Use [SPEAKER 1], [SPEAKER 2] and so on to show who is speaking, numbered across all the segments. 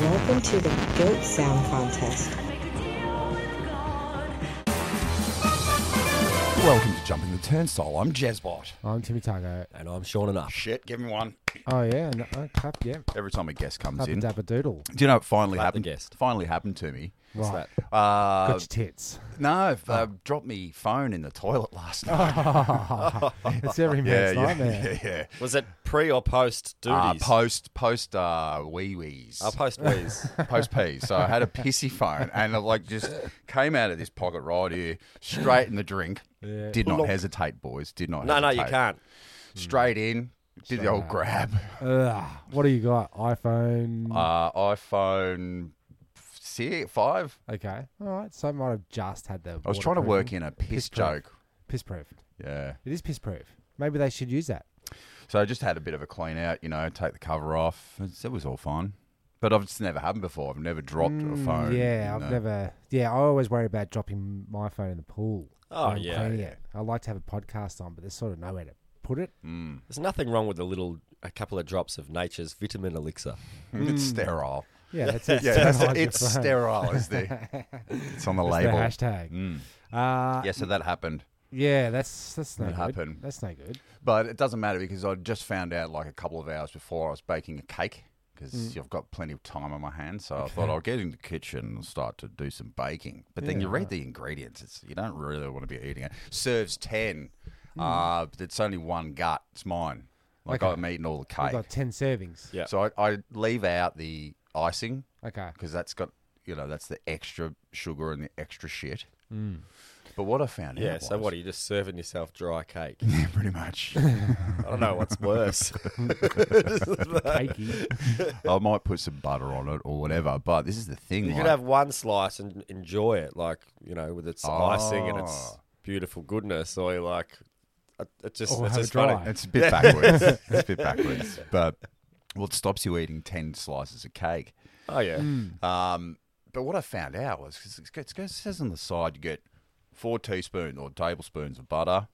[SPEAKER 1] Welcome to the Goat Sound Contest.
[SPEAKER 2] Welcome to Jumping the Turnstile. I'm Jazzbot.
[SPEAKER 3] Oh.
[SPEAKER 4] I'm Timmy Targo.
[SPEAKER 3] And I'm Sean enough.
[SPEAKER 2] Shit, give me one.
[SPEAKER 4] Oh yeah, no, oh, clap, yeah,
[SPEAKER 2] Every time a guest comes
[SPEAKER 4] clap
[SPEAKER 2] in.
[SPEAKER 4] and
[SPEAKER 2] Do
[SPEAKER 4] dab a doodle.
[SPEAKER 2] you know what finally
[SPEAKER 3] Clap the
[SPEAKER 2] happened?
[SPEAKER 3] guest.
[SPEAKER 2] Finally happened to me.
[SPEAKER 4] Right,
[SPEAKER 3] that?
[SPEAKER 2] Uh,
[SPEAKER 4] got your tits.
[SPEAKER 2] no, I've
[SPEAKER 3] Oh.
[SPEAKER 2] uh, dropped me phone in the toilet last night.
[SPEAKER 4] it's every
[SPEAKER 2] yeah,
[SPEAKER 4] man's
[SPEAKER 2] yeah,
[SPEAKER 4] nightmare.
[SPEAKER 2] yeah, yeah.
[SPEAKER 3] Was it pre or post
[SPEAKER 4] Ah,
[SPEAKER 2] Uh,
[SPEAKER 3] duties?
[SPEAKER 2] post, post, uh, wee wees,
[SPEAKER 3] Uh, post please.
[SPEAKER 2] post peas. So I had a pissy phone, and it, like just came out of this pocket right here, straight in the drink.
[SPEAKER 4] Yeah.
[SPEAKER 2] Did not hesitate, boys. Did not.
[SPEAKER 3] no, no, you
[SPEAKER 2] hesitate.
[SPEAKER 3] can't.
[SPEAKER 2] Straight in. Did the old grab.
[SPEAKER 4] Ugh, what do you got?
[SPEAKER 3] Hmm.
[SPEAKER 4] iPhone.
[SPEAKER 2] Uh, iPhone six, five.
[SPEAKER 4] okay, all right. So I might have just had the.
[SPEAKER 2] I was trying to work in a piss
[SPEAKER 4] Piss-proof.
[SPEAKER 2] joke.
[SPEAKER 4] Piss proof.
[SPEAKER 2] Yeah.
[SPEAKER 4] It is piss proof. Maybe they should use that.
[SPEAKER 2] So I just had a bit of a clean out, you know, take the cover off. It's, it was all fine. But I've just never happened before. I've never dropped a phone.
[SPEAKER 4] Mm, yeah,
[SPEAKER 2] you
[SPEAKER 4] I've
[SPEAKER 2] know.
[SPEAKER 4] never. Yeah, I always worry about dropping my phone in the pool.
[SPEAKER 3] Oh,
[SPEAKER 4] when I'm
[SPEAKER 3] yeah,
[SPEAKER 4] cleaning
[SPEAKER 3] yeah.
[SPEAKER 4] it. I like to have a podcast on, but there's sort of nowhere to put it.
[SPEAKER 2] Mm.
[SPEAKER 3] There's nothing wrong with a little, a couple of drops of nature's vitamin elixir.
[SPEAKER 2] It's sterile.
[SPEAKER 4] Yeah, that's it.
[SPEAKER 2] Yeah, it's,
[SPEAKER 4] Don't hide Mm. your
[SPEAKER 2] it's
[SPEAKER 4] phone.
[SPEAKER 2] sterile. Is the, it's on the
[SPEAKER 4] It's the
[SPEAKER 2] label. Mm.
[SPEAKER 4] hashtag. Uh,
[SPEAKER 2] Yeah, so that happened.
[SPEAKER 4] Yeah, that's that's no
[SPEAKER 2] That
[SPEAKER 4] good.
[SPEAKER 2] happened.
[SPEAKER 4] That's no good.
[SPEAKER 2] But it doesn't matter because I just found out like a couple of hours before I was baking a cake because
[SPEAKER 3] Mm.
[SPEAKER 2] I've got plenty of time on my hands. So I thought I'll get in the kitchen and start to do some baking. But then you read the ingredients, it's, you don't really want to be eating it. Serves 10,
[SPEAKER 3] Hmm.
[SPEAKER 2] uh, but it's only one gut. It's mine. Like
[SPEAKER 4] Okay.
[SPEAKER 2] I'm eating all the cake.
[SPEAKER 4] We've got ten servings.
[SPEAKER 3] Yeah.
[SPEAKER 2] So I, I leave out the icing
[SPEAKER 4] Okay.
[SPEAKER 2] because that's got, you know, that's the extra sugar and the extra shit. But what I found
[SPEAKER 3] Hmm. Yeah,
[SPEAKER 2] out
[SPEAKER 3] so
[SPEAKER 2] was-
[SPEAKER 3] what are you just serving yourself dry cake?
[SPEAKER 2] Yeah, pretty much.
[SPEAKER 3] I don't know what's worse.
[SPEAKER 4] Cakey.
[SPEAKER 2] I might put some butter on it or whatever, but this is the thing.
[SPEAKER 3] you
[SPEAKER 2] like,
[SPEAKER 3] could have one slice and enjoy it, like, you know, with its
[SPEAKER 4] Ah.
[SPEAKER 3] icing and its
[SPEAKER 2] Oh.
[SPEAKER 3] beautiful goodness, or you like, it- it just,
[SPEAKER 4] Or
[SPEAKER 3] it's
[SPEAKER 4] Oh, have
[SPEAKER 3] just
[SPEAKER 4] it dry.
[SPEAKER 3] funny.
[SPEAKER 2] it's a bit backwards. it's a bit backwards, but what stops you eating ten slices of cake?
[SPEAKER 3] Oh, yeah.
[SPEAKER 4] Mm.
[SPEAKER 2] Um, but what I found out was 'cause it's got- it's got- it says on the side you get four teaspoons or tablespoons of butter.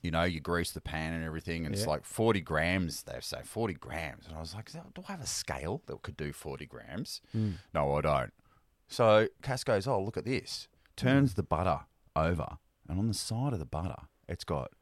[SPEAKER 2] You know, you grease the pan and everything, and it's
[SPEAKER 4] Yeah.
[SPEAKER 2] like forty grams. They say forty grams, and I was like, "Is that- "Do I have a scale that could do forty grams?"
[SPEAKER 4] Mm.
[SPEAKER 2] No, I don't. So Cass goes, "Oh, look at this." Turns the butter over, and on the side of the butter, it's got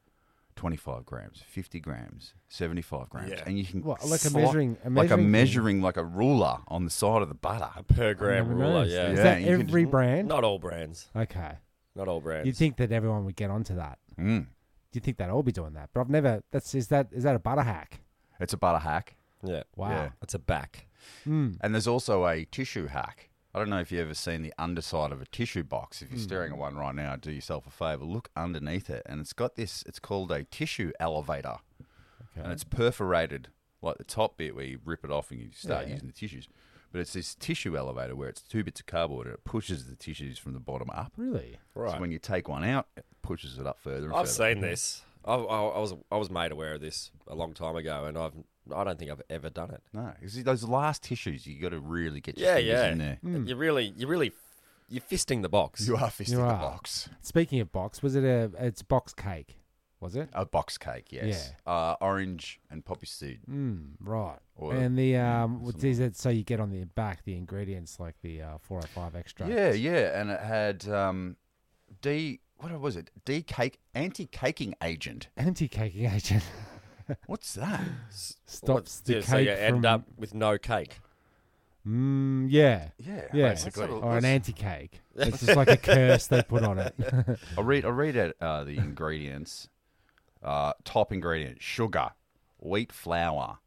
[SPEAKER 2] twenty-five grams, fifty grams, seventy-five grams,
[SPEAKER 3] Yeah.
[SPEAKER 2] and you can
[SPEAKER 4] What, like a
[SPEAKER 2] sli-
[SPEAKER 4] measuring- a
[SPEAKER 2] like a
[SPEAKER 4] measuring thing?
[SPEAKER 2] measuring, like a ruler on the side of the butter.
[SPEAKER 3] A per gram
[SPEAKER 4] Never
[SPEAKER 3] ruler,
[SPEAKER 4] noticed.
[SPEAKER 3] yeah.
[SPEAKER 4] Is
[SPEAKER 2] Yeah,
[SPEAKER 4] that
[SPEAKER 2] you can
[SPEAKER 4] every
[SPEAKER 2] just-
[SPEAKER 4] brand?
[SPEAKER 3] Not all brands.
[SPEAKER 4] Okay.
[SPEAKER 3] Not all brands.
[SPEAKER 4] You'd think that everyone would get onto that.
[SPEAKER 2] Mm.
[SPEAKER 4] You'd think they'd all be doing that. But I've never that's is that is that a butter hack?
[SPEAKER 2] It's a butter hack.
[SPEAKER 3] Yeah.
[SPEAKER 4] Wow.
[SPEAKER 2] Yeah.
[SPEAKER 3] It's a back.
[SPEAKER 2] And there's also a tissue hack. I don't know if you've ever seen the underside of a tissue box. If you're staring at one right now, do yourself a favor. Look underneath it. And it's got this, it's called a tissue elevator. And it's perforated, like the top bit where you rip it off and you start using the tissues. But it's this tissue elevator where it's two bits of cardboard and it pushes the tissues from the bottom up.
[SPEAKER 4] Really?
[SPEAKER 2] So
[SPEAKER 3] Right.
[SPEAKER 2] when you take one out, it pushes it up further and
[SPEAKER 3] I've
[SPEAKER 2] further.
[SPEAKER 3] seen this. I, I, I was I was made aware of this a long time ago, and I've I don't think I've ever done it.
[SPEAKER 2] No, 'cause those last tissues, you got to really get your
[SPEAKER 3] Yeah,
[SPEAKER 2] fingers
[SPEAKER 3] yeah.
[SPEAKER 2] in there.
[SPEAKER 3] You really, you really, you're fisting the box.
[SPEAKER 2] You are fisting
[SPEAKER 4] Hmm. You
[SPEAKER 2] the
[SPEAKER 4] are.
[SPEAKER 2] box.
[SPEAKER 4] Speaking of box, was it a it's box cake? Was it?
[SPEAKER 2] A box cake, yes. Uh, orange and poppy seed.
[SPEAKER 4] Mm, right.
[SPEAKER 2] Or- hmm,
[SPEAKER 4] and the um what is it so you get on the back the ingredients like the uh, 405 extra.
[SPEAKER 2] Yeah, yeah. And it had um, D. What was it? D cake anti caking agent.
[SPEAKER 4] Anti-caking agent
[SPEAKER 2] What's that?
[SPEAKER 4] stops the
[SPEAKER 3] yeah,
[SPEAKER 4] cake
[SPEAKER 3] so you
[SPEAKER 4] from
[SPEAKER 3] end up with no cake.
[SPEAKER 4] Mm, yeah.
[SPEAKER 2] Yeah,
[SPEAKER 4] Yeah,
[SPEAKER 2] basically.
[SPEAKER 4] or an anti-cake. It's just like a curse they put on it.
[SPEAKER 2] I read. I read out uh, the ingredients. Uh, top ingredients: sugar, wheat flour,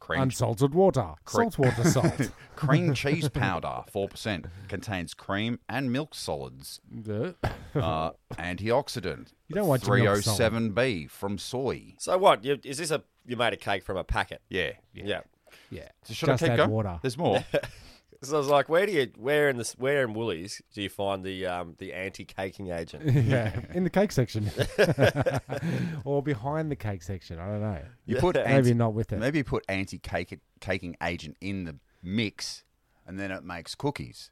[SPEAKER 2] cream,
[SPEAKER 4] Unsalted water,
[SPEAKER 2] Correct.
[SPEAKER 4] salt water, salt.
[SPEAKER 2] cream cheese powder, four percent. Contains cream and milk solids.
[SPEAKER 4] you
[SPEAKER 2] Uh, antioxidant.
[SPEAKER 4] You don't want your
[SPEAKER 2] three oh
[SPEAKER 4] milk solid.
[SPEAKER 2] seven B from soy.
[SPEAKER 3] So what? You, is this a you made a cake from a packet?
[SPEAKER 2] Yeah.
[SPEAKER 3] Yeah.
[SPEAKER 4] Yeah.
[SPEAKER 2] So should I
[SPEAKER 4] Just
[SPEAKER 2] keep
[SPEAKER 4] add
[SPEAKER 2] going?
[SPEAKER 4] water.
[SPEAKER 2] There's more.
[SPEAKER 3] So I was like, where do you where in this where in Woolies do you find the um the anti caking agent?
[SPEAKER 4] Yeah. In the cake section. or behind the cake section. I don't know.
[SPEAKER 2] You put
[SPEAKER 3] Maybe
[SPEAKER 2] anti-
[SPEAKER 4] Maybe not with it.
[SPEAKER 2] Maybe you put anti caking agent in the mix, and then it makes cookies.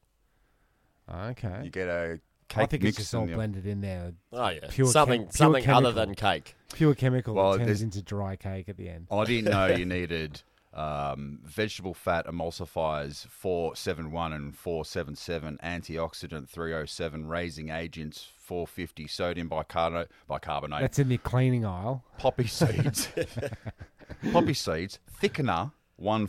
[SPEAKER 2] You
[SPEAKER 4] Okay.
[SPEAKER 2] get a cake
[SPEAKER 4] I think
[SPEAKER 2] mix
[SPEAKER 4] it's just all
[SPEAKER 2] and you'll-
[SPEAKER 4] blended in there.
[SPEAKER 3] Oh yeah,
[SPEAKER 4] Pure
[SPEAKER 3] something
[SPEAKER 4] chem- pure
[SPEAKER 3] something other
[SPEAKER 4] chemical.
[SPEAKER 3] than cake.
[SPEAKER 4] Pure chemical
[SPEAKER 2] Well,
[SPEAKER 4] that
[SPEAKER 2] there's- Oh.
[SPEAKER 4] turns into dry cake at the end.
[SPEAKER 2] I didn't know you needed um, vegetable fat emulsifiers 471 and 477, antioxidant 307, raising agents 450, sodium bicarbonate, bicarbonate
[SPEAKER 4] That's in the cleaning aisle.
[SPEAKER 2] poppy seeds, poppy seeds, thickener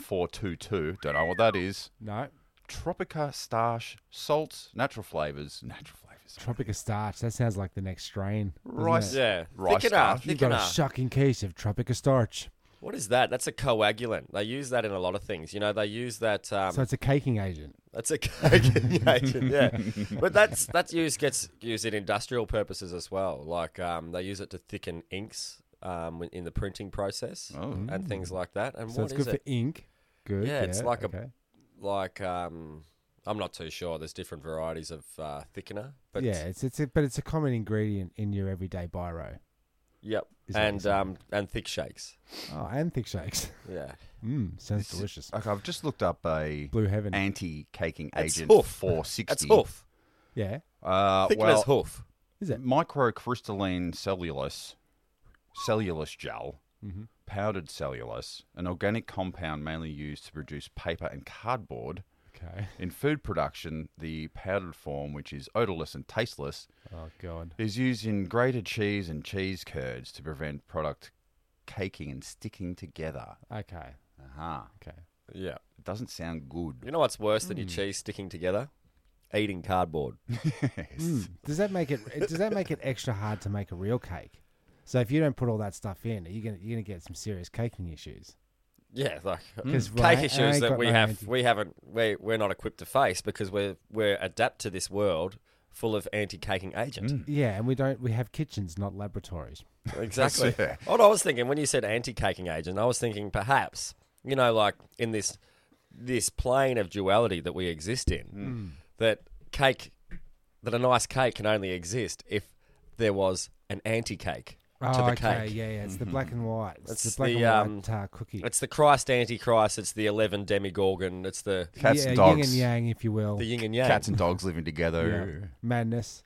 [SPEAKER 2] 1422, don't know what that is,
[SPEAKER 4] No,
[SPEAKER 2] Tropica starch, salts, natural flavors, natural flavors,
[SPEAKER 4] Tropica starch. That sounds like the next strain. doesn't
[SPEAKER 2] Rice-
[SPEAKER 4] it?
[SPEAKER 3] Yeah,
[SPEAKER 2] Rice
[SPEAKER 3] thicken up,
[SPEAKER 2] starch.
[SPEAKER 4] You got
[SPEAKER 3] thicken
[SPEAKER 4] a
[SPEAKER 3] up.
[SPEAKER 4] shocking case of Tropica starch.
[SPEAKER 3] What is that? That's a coagulant. They use that in a lot of things. You know, they use that. Um,
[SPEAKER 4] So it's a caking agent.
[SPEAKER 3] That's a coagulant, yeah. But that's that's used gets used in industrial purposes as well. Like um, they use it to thicken inks um, in the printing process
[SPEAKER 2] Oh.
[SPEAKER 3] and things like that. And what
[SPEAKER 4] So it's
[SPEAKER 3] is
[SPEAKER 4] good
[SPEAKER 3] it?
[SPEAKER 4] for ink. Good.
[SPEAKER 3] Yeah, it's like a-
[SPEAKER 4] okay.
[SPEAKER 3] Like um, I'm not too sure. There's different varieties of uh, thickener, but
[SPEAKER 4] yeah, it's it's a, but it's a common ingredient in your everyday biro.
[SPEAKER 3] yep.
[SPEAKER 4] Is what
[SPEAKER 3] And
[SPEAKER 4] it's like.
[SPEAKER 3] um, and thick shakes.
[SPEAKER 4] Oh, and thick shakes.
[SPEAKER 3] Yeah,
[SPEAKER 4] Mmm, sounds
[SPEAKER 2] This is-
[SPEAKER 4] delicious.
[SPEAKER 2] Okay, I've just looked up a
[SPEAKER 4] Blue heaven.
[SPEAKER 2] anti-caking
[SPEAKER 3] That's
[SPEAKER 2] agent
[SPEAKER 3] hoof.
[SPEAKER 2] 460.
[SPEAKER 3] that's hoof.
[SPEAKER 4] yeah.
[SPEAKER 2] Uh,
[SPEAKER 3] Thickener's
[SPEAKER 2] well,
[SPEAKER 3] hoof.
[SPEAKER 4] Is it?
[SPEAKER 2] microcrystalline cellulose, cellulose gel,
[SPEAKER 3] Mm-hmm.
[SPEAKER 2] powdered cellulose, an organic compound mainly used to produce paper and cardboard.
[SPEAKER 4] Okay.
[SPEAKER 2] In food production, the powdered form, which is odorless and tasteless,
[SPEAKER 4] Oh god.
[SPEAKER 2] is used in grated cheese and cheese curds to prevent product caking and sticking together.
[SPEAKER 4] Okay.
[SPEAKER 2] Uh-huh.
[SPEAKER 4] Okay.
[SPEAKER 3] Yeah.
[SPEAKER 2] It doesn't sound good.
[SPEAKER 3] You know what's worse than your
[SPEAKER 4] Hmm.
[SPEAKER 3] cheese sticking together? Eating cardboard.
[SPEAKER 2] Yes.
[SPEAKER 4] Mm, Does that make it? Does that make it extra hard to make a real cake? So if you don't put all that stuff in, you're gonna you're gonna get some serious caking issues.
[SPEAKER 3] Yeah, like
[SPEAKER 4] Hmm. 'Cause,
[SPEAKER 3] cake
[SPEAKER 4] right, I
[SPEAKER 3] issues
[SPEAKER 4] ain't
[SPEAKER 3] that
[SPEAKER 4] got
[SPEAKER 3] we
[SPEAKER 4] no
[SPEAKER 3] have,
[SPEAKER 4] anti-
[SPEAKER 3] we haven't, we we're not equipped to face because we're we're adapt to this world full of anti-caking agent.
[SPEAKER 4] Yeah, and we don't. We have kitchens, not laboratories.
[SPEAKER 3] Exactly.
[SPEAKER 2] That's-
[SPEAKER 3] What I was thinking when you said anti-caking agent, I was thinking perhaps you know, like in this this plane of duality that we exist
[SPEAKER 4] Hmm.
[SPEAKER 3] in, that cake, that a nice cake can only exist if there was an anti-cake to the cake.
[SPEAKER 4] Oh,
[SPEAKER 3] Mm-hmm.
[SPEAKER 4] Yeah, yeah. It's the black and white. It's
[SPEAKER 3] It's
[SPEAKER 4] the black
[SPEAKER 3] the, um,
[SPEAKER 4] and white uh, cookie.
[SPEAKER 3] It's the Christ antichrist. It's the eleven demigorgon. It's the
[SPEAKER 2] Cats
[SPEAKER 4] yeah,
[SPEAKER 2] and
[SPEAKER 4] yin and
[SPEAKER 2] dogs.
[SPEAKER 4] yang, if you will.
[SPEAKER 3] the yin and yang.
[SPEAKER 2] Cats and dogs living
[SPEAKER 4] Yeah.
[SPEAKER 2] together.
[SPEAKER 4] Madness.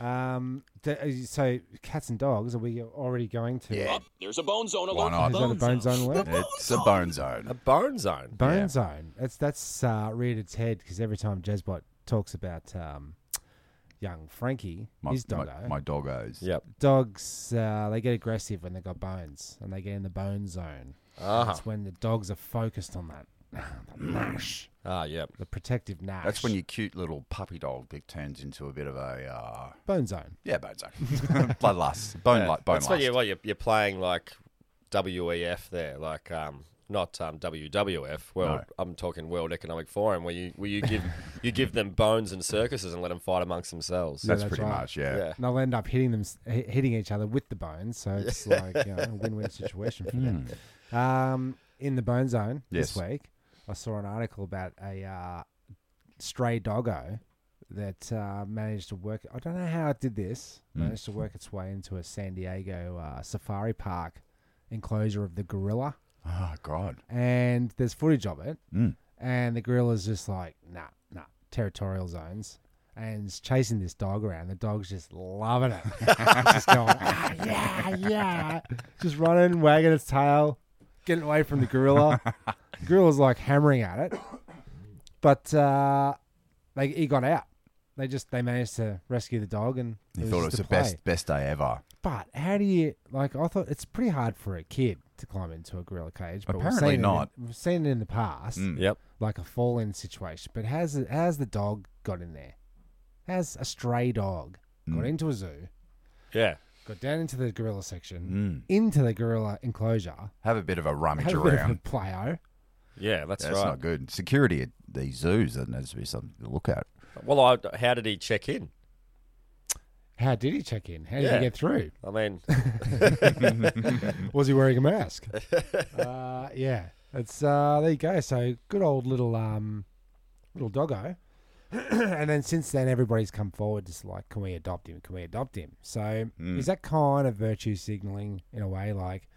[SPEAKER 4] Um, th- uh, so cats and dogs. Are we already going to?
[SPEAKER 2] Yeah.
[SPEAKER 5] Up, there's a bone zone
[SPEAKER 2] Why
[SPEAKER 5] alert.
[SPEAKER 2] not?
[SPEAKER 4] Is that a bone zone alert?
[SPEAKER 2] It's a bone zone.
[SPEAKER 3] a Uh, bone zone.
[SPEAKER 4] Bone
[SPEAKER 2] Yeah.
[SPEAKER 4] Zone. That's that's uh, reared its head because every time Jezbot talks about um, young Frankie, his doggo,
[SPEAKER 2] My, my doggos.
[SPEAKER 3] Yep.
[SPEAKER 4] dogs uh, they get aggressive when they got bones and they get in the bone zone.
[SPEAKER 3] Uh-huh.
[SPEAKER 4] That's when the dogs are focused on that the gnash,
[SPEAKER 3] Ah, yep.
[SPEAKER 4] the protective gnash.
[SPEAKER 2] That's when your cute little puppy dog that turns into a bit of a uh,
[SPEAKER 4] bone zone.
[SPEAKER 2] yeah bone zone, bloodlust, bone
[SPEAKER 3] Yeah.
[SPEAKER 2] li- bone
[SPEAKER 3] That's why you
[SPEAKER 2] lust.
[SPEAKER 3] well, you're, you're playing like WEF there, like um, not um, WWF. Well,
[SPEAKER 2] No.
[SPEAKER 3] I'm talking World Economic Forum, where you where you give you give them bones and circuses and let them fight amongst themselves.
[SPEAKER 4] Yeah.
[SPEAKER 2] That's
[SPEAKER 4] that's
[SPEAKER 2] pretty
[SPEAKER 4] right.
[SPEAKER 2] much yeah.
[SPEAKER 3] Yeah.
[SPEAKER 4] And they'll end up hitting them, hi- hitting each other with the bones. So it's like you know, a win-win situation for them. Um, in the bone zone
[SPEAKER 2] Yes.
[SPEAKER 4] this week, I saw an article about a uh, stray doggo that uh, managed to work. I don't know how it did this. Managed to work its way into a San Diego uh, safari park enclosure of the gorilla,
[SPEAKER 2] Oh god.
[SPEAKER 4] and there's footage of it.
[SPEAKER 2] Mm.
[SPEAKER 4] And the gorilla's just like, nah, nah, territorial zones. And is chasing this dog around. The dog's just loving it. just going, ah, yeah, yeah. Just running, wagging its tail, getting away from the gorilla. the gorilla's like hammering at it. But uh, they, he got out. They just they managed to rescue the dog and
[SPEAKER 2] He
[SPEAKER 4] it
[SPEAKER 2] thought it was
[SPEAKER 4] just
[SPEAKER 2] the
[SPEAKER 4] a play.
[SPEAKER 2] best best day ever.
[SPEAKER 4] But how do you like? I thought it's pretty hard for a kid to climb into a gorilla cage. But we've
[SPEAKER 2] Apparently
[SPEAKER 4] seen it in-
[SPEAKER 2] not. Mm.
[SPEAKER 4] we've seen it in the past
[SPEAKER 3] Mm. Yep.
[SPEAKER 4] like a fall in situation. But how's the, how's the dog got in there? How's a stray dog got
[SPEAKER 2] Mm.
[SPEAKER 4] into a zoo,
[SPEAKER 3] Yeah.
[SPEAKER 4] got down into the gorilla section, into the gorilla enclosure,
[SPEAKER 2] Have a bit of a rummage
[SPEAKER 4] had a bit of a
[SPEAKER 2] Mm. around.
[SPEAKER 4] playo.
[SPEAKER 3] Yeah. That's,
[SPEAKER 2] That's
[SPEAKER 3] right.
[SPEAKER 2] not good. Security at these zoos that needs to be something to look at.
[SPEAKER 3] Well, I, how did he check in?
[SPEAKER 4] How did he check in? How did
[SPEAKER 3] Yeah.
[SPEAKER 4] he get through?
[SPEAKER 3] I mean,
[SPEAKER 4] Was he wearing a mask? uh, yeah, it's uh, there you go. So good old little um, little doggo. and then since then, everybody's come forward, just like, can we adopt him? Can we adopt him? So
[SPEAKER 2] Hmm.
[SPEAKER 4] is that kind of virtue signaling in a way? Like,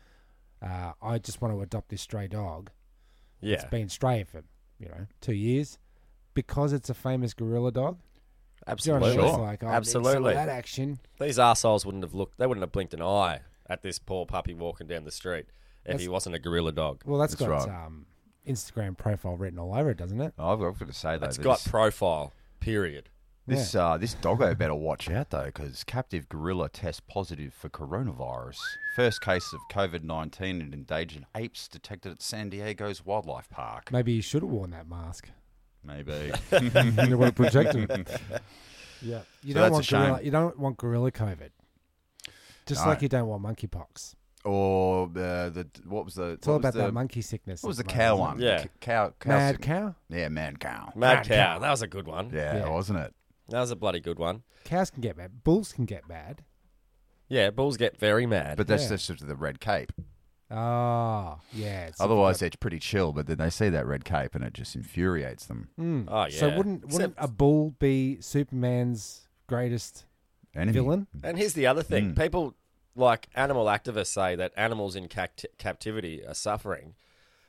[SPEAKER 4] uh, I just want to adopt this stray dog.
[SPEAKER 3] yeah,
[SPEAKER 4] It's been stray for you know two years because it's a famous gorilla dog. Do you know what I
[SPEAKER 3] absolutely,
[SPEAKER 4] mean? It's like, oh, I need some of
[SPEAKER 3] absolutely.
[SPEAKER 4] that action.
[SPEAKER 3] These assholes wouldn't have looked. They wouldn't have blinked an eye at this poor puppy walking down the street if he wasn't a gorilla dog.
[SPEAKER 4] Well, that's
[SPEAKER 2] That's
[SPEAKER 4] got
[SPEAKER 2] right.
[SPEAKER 4] um, Instagram profile written all over it, doesn't it?
[SPEAKER 2] Oh, I've got to say though,
[SPEAKER 3] It's
[SPEAKER 2] that
[SPEAKER 3] got
[SPEAKER 2] this,
[SPEAKER 3] profile. Period.
[SPEAKER 2] this, uh, this doggo better watch out though, because captive gorilla tests positive for coronavirus. First case of COVID nineteen in endangered apes detected at San Diego's wildlife park.
[SPEAKER 4] Maybe you should have worn that mask.
[SPEAKER 2] Maybe.
[SPEAKER 4] you want to protect him. yeah, you
[SPEAKER 2] So that's a
[SPEAKER 4] don't want
[SPEAKER 2] shame.
[SPEAKER 4] gorilla. You don't want gorilla COVID. Just
[SPEAKER 2] No.
[SPEAKER 4] like you don't want monkeypox.
[SPEAKER 2] or uh, the what was the
[SPEAKER 4] It's all
[SPEAKER 2] what was
[SPEAKER 4] about
[SPEAKER 2] the,
[SPEAKER 4] that monkey sickness.
[SPEAKER 2] What was the
[SPEAKER 4] at
[SPEAKER 2] cow
[SPEAKER 4] moment,
[SPEAKER 2] one?
[SPEAKER 4] isn't it?
[SPEAKER 3] Yeah.
[SPEAKER 2] C- cow, cow
[SPEAKER 4] Mad
[SPEAKER 2] sick-
[SPEAKER 4] cow.
[SPEAKER 2] Yeah, man cow.
[SPEAKER 3] Mad,
[SPEAKER 4] Mad
[SPEAKER 3] cow.
[SPEAKER 4] cow.
[SPEAKER 3] That was a good one.
[SPEAKER 2] Yeah,
[SPEAKER 4] Yeah.
[SPEAKER 2] wasn't it?
[SPEAKER 3] That was a bloody good one.
[SPEAKER 4] Cows can get mad. Bulls can get mad.
[SPEAKER 3] Yeah, bulls get very mad.
[SPEAKER 2] But that's
[SPEAKER 4] Yeah.
[SPEAKER 2] just the red cape.
[SPEAKER 4] Oh, yeah. it's-
[SPEAKER 2] Otherwise, they're pretty chill, but then they see that red cape and it just infuriates them.
[SPEAKER 4] Mm.
[SPEAKER 3] oh yeah.
[SPEAKER 4] So wouldn't wouldn't
[SPEAKER 3] Except-
[SPEAKER 4] a bull be Superman's greatest
[SPEAKER 2] Enemy.
[SPEAKER 4] villain?
[SPEAKER 3] And here's the other
[SPEAKER 4] Hmm.
[SPEAKER 3] thing: people like animal activists say that animals in cact- captivity are suffering,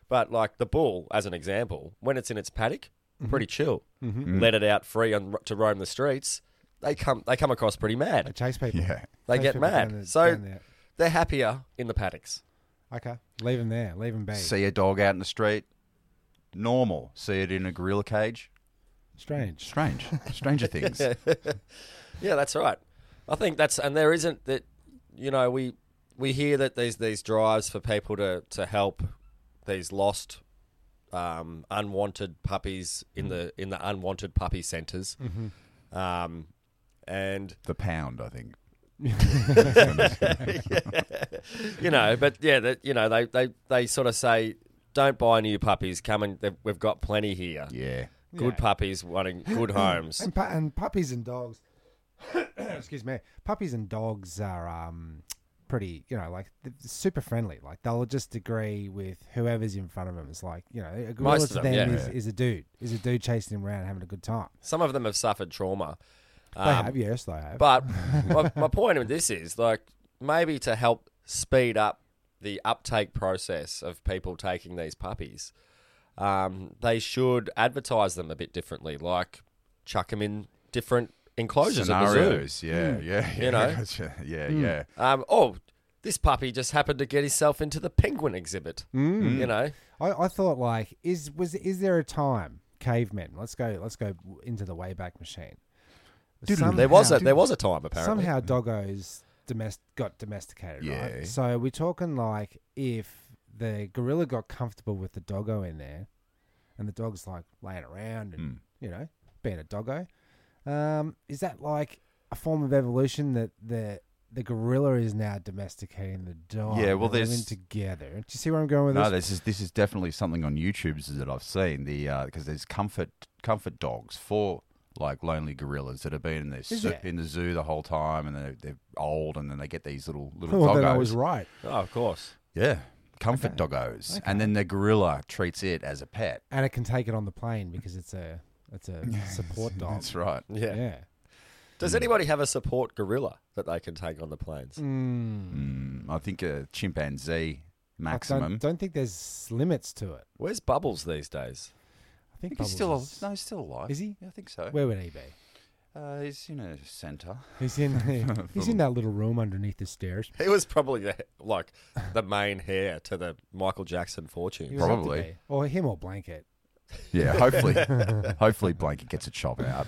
[SPEAKER 3] but like the bull, as an example, when it's in its paddock,
[SPEAKER 4] Mm-hmm.
[SPEAKER 3] pretty chill, let it out free on, to roam the streets. They come they come across pretty
[SPEAKER 4] They
[SPEAKER 3] mad.
[SPEAKER 4] chase people.
[SPEAKER 2] Yeah.
[SPEAKER 3] They
[SPEAKER 4] Chase
[SPEAKER 3] get
[SPEAKER 4] people
[SPEAKER 3] mad.
[SPEAKER 4] down the-
[SPEAKER 3] so
[SPEAKER 4] down there.
[SPEAKER 3] they're happier in the paddocks.
[SPEAKER 4] okay, leave him there. Leave him be.
[SPEAKER 2] See a dog out in the street. Normal. See it in a gorilla cage.
[SPEAKER 4] Strange.
[SPEAKER 2] Strange. Stranger things.
[SPEAKER 3] Yeah, that's right. I think that's and there isn't that you know we we hear that there's these drives for people to to help these lost um, unwanted puppies in the in the unwanted puppy centers
[SPEAKER 2] Mm-hmm.
[SPEAKER 3] um, and
[SPEAKER 2] The pound, I think.
[SPEAKER 3] you know but yeah that you know they they they sort of say don't buy new puppies come and they've- we've got plenty here
[SPEAKER 2] Yeah.
[SPEAKER 3] good puppies wanting good homes
[SPEAKER 4] And, pu- and puppies and dogs. excuse me. Puppies and dogs are um, pretty, you know, like th- super friendly. Like they'll just agree with whoever's in front of them. It's like you know, a gorilla
[SPEAKER 3] Most of
[SPEAKER 4] to
[SPEAKER 3] them,
[SPEAKER 4] them
[SPEAKER 3] yeah.
[SPEAKER 4] is, is a dude, is a dude chasing them around having a good time.
[SPEAKER 3] some of them have suffered trauma
[SPEAKER 4] They have, yes, they
[SPEAKER 3] Um,
[SPEAKER 4] have.
[SPEAKER 3] But my, my point of this is like maybe to help speed up the uptake process of people taking these puppies, um, they should advertise them a bit differently, like chuck them in different enclosures at the zoo.
[SPEAKER 2] Scenarios. Yeah, yeah, yeah.
[SPEAKER 3] You know?
[SPEAKER 2] yeah,
[SPEAKER 4] Hmm.
[SPEAKER 2] yeah.
[SPEAKER 3] Um, oh, this puppy just happened to get himself into the penguin exhibit. Mm. You know,
[SPEAKER 4] I, I thought like, is was is there a time, cavemen? Let's go. Let's go into the wayback machine.
[SPEAKER 3] there was a there was a time apparently.
[SPEAKER 4] somehow doggos domest- got domesticated,
[SPEAKER 2] Yeah.
[SPEAKER 4] right? So we're talking like if the gorilla got comfortable with the doggo in there, and the dog's like laying around and
[SPEAKER 2] Hmm.
[SPEAKER 4] you know being a doggo, um, is that like a form of evolution that the the gorilla is now domesticating the dog?
[SPEAKER 2] Yeah, well,
[SPEAKER 4] They're living
[SPEAKER 2] there's-
[SPEAKER 4] together. Do you see where I'm going with
[SPEAKER 2] No,
[SPEAKER 4] this?
[SPEAKER 2] this is this is definitely something on YouTube's that I've seen. The because there's comfort comfort dogs for like lonely gorillas that have been in the zoo,
[SPEAKER 4] it?
[SPEAKER 2] in the zoo the whole time, and they're, they're old, and then they get these little little
[SPEAKER 4] Well,
[SPEAKER 2] doggos.
[SPEAKER 4] then I was right.
[SPEAKER 3] oh, of course.
[SPEAKER 2] Yeah, comfort doggos, and then the gorilla treats it as a pet.
[SPEAKER 4] And it can take it on the plane because it's a it's a support dog.
[SPEAKER 2] That's right.
[SPEAKER 3] Yeah.
[SPEAKER 4] Yeah.
[SPEAKER 3] Does anybody have a support gorilla that they can take on the planes?
[SPEAKER 4] Hmm.
[SPEAKER 2] Mm, I think a chimpanzee
[SPEAKER 4] I
[SPEAKER 2] maximum.
[SPEAKER 4] don't, don't think there's limits to it.
[SPEAKER 3] Where's Bubbles these days?
[SPEAKER 4] I think,
[SPEAKER 2] I think he's
[SPEAKER 4] Bubbles
[SPEAKER 2] still
[SPEAKER 4] is-
[SPEAKER 2] no, he's still alive.
[SPEAKER 4] Is he?
[SPEAKER 2] Yeah, I think so.
[SPEAKER 4] Where would he be?
[SPEAKER 2] Uh, he's in a centre.
[SPEAKER 4] He's in he's in that little room underneath the stairs.
[SPEAKER 3] He was probably the, like the main heir to the Michael Jackson
[SPEAKER 4] He
[SPEAKER 3] fortune.
[SPEAKER 4] was up to
[SPEAKER 2] Probably.
[SPEAKER 4] be. or him or blanket.
[SPEAKER 2] Yeah, hopefully, hopefully blanket gets a chop out.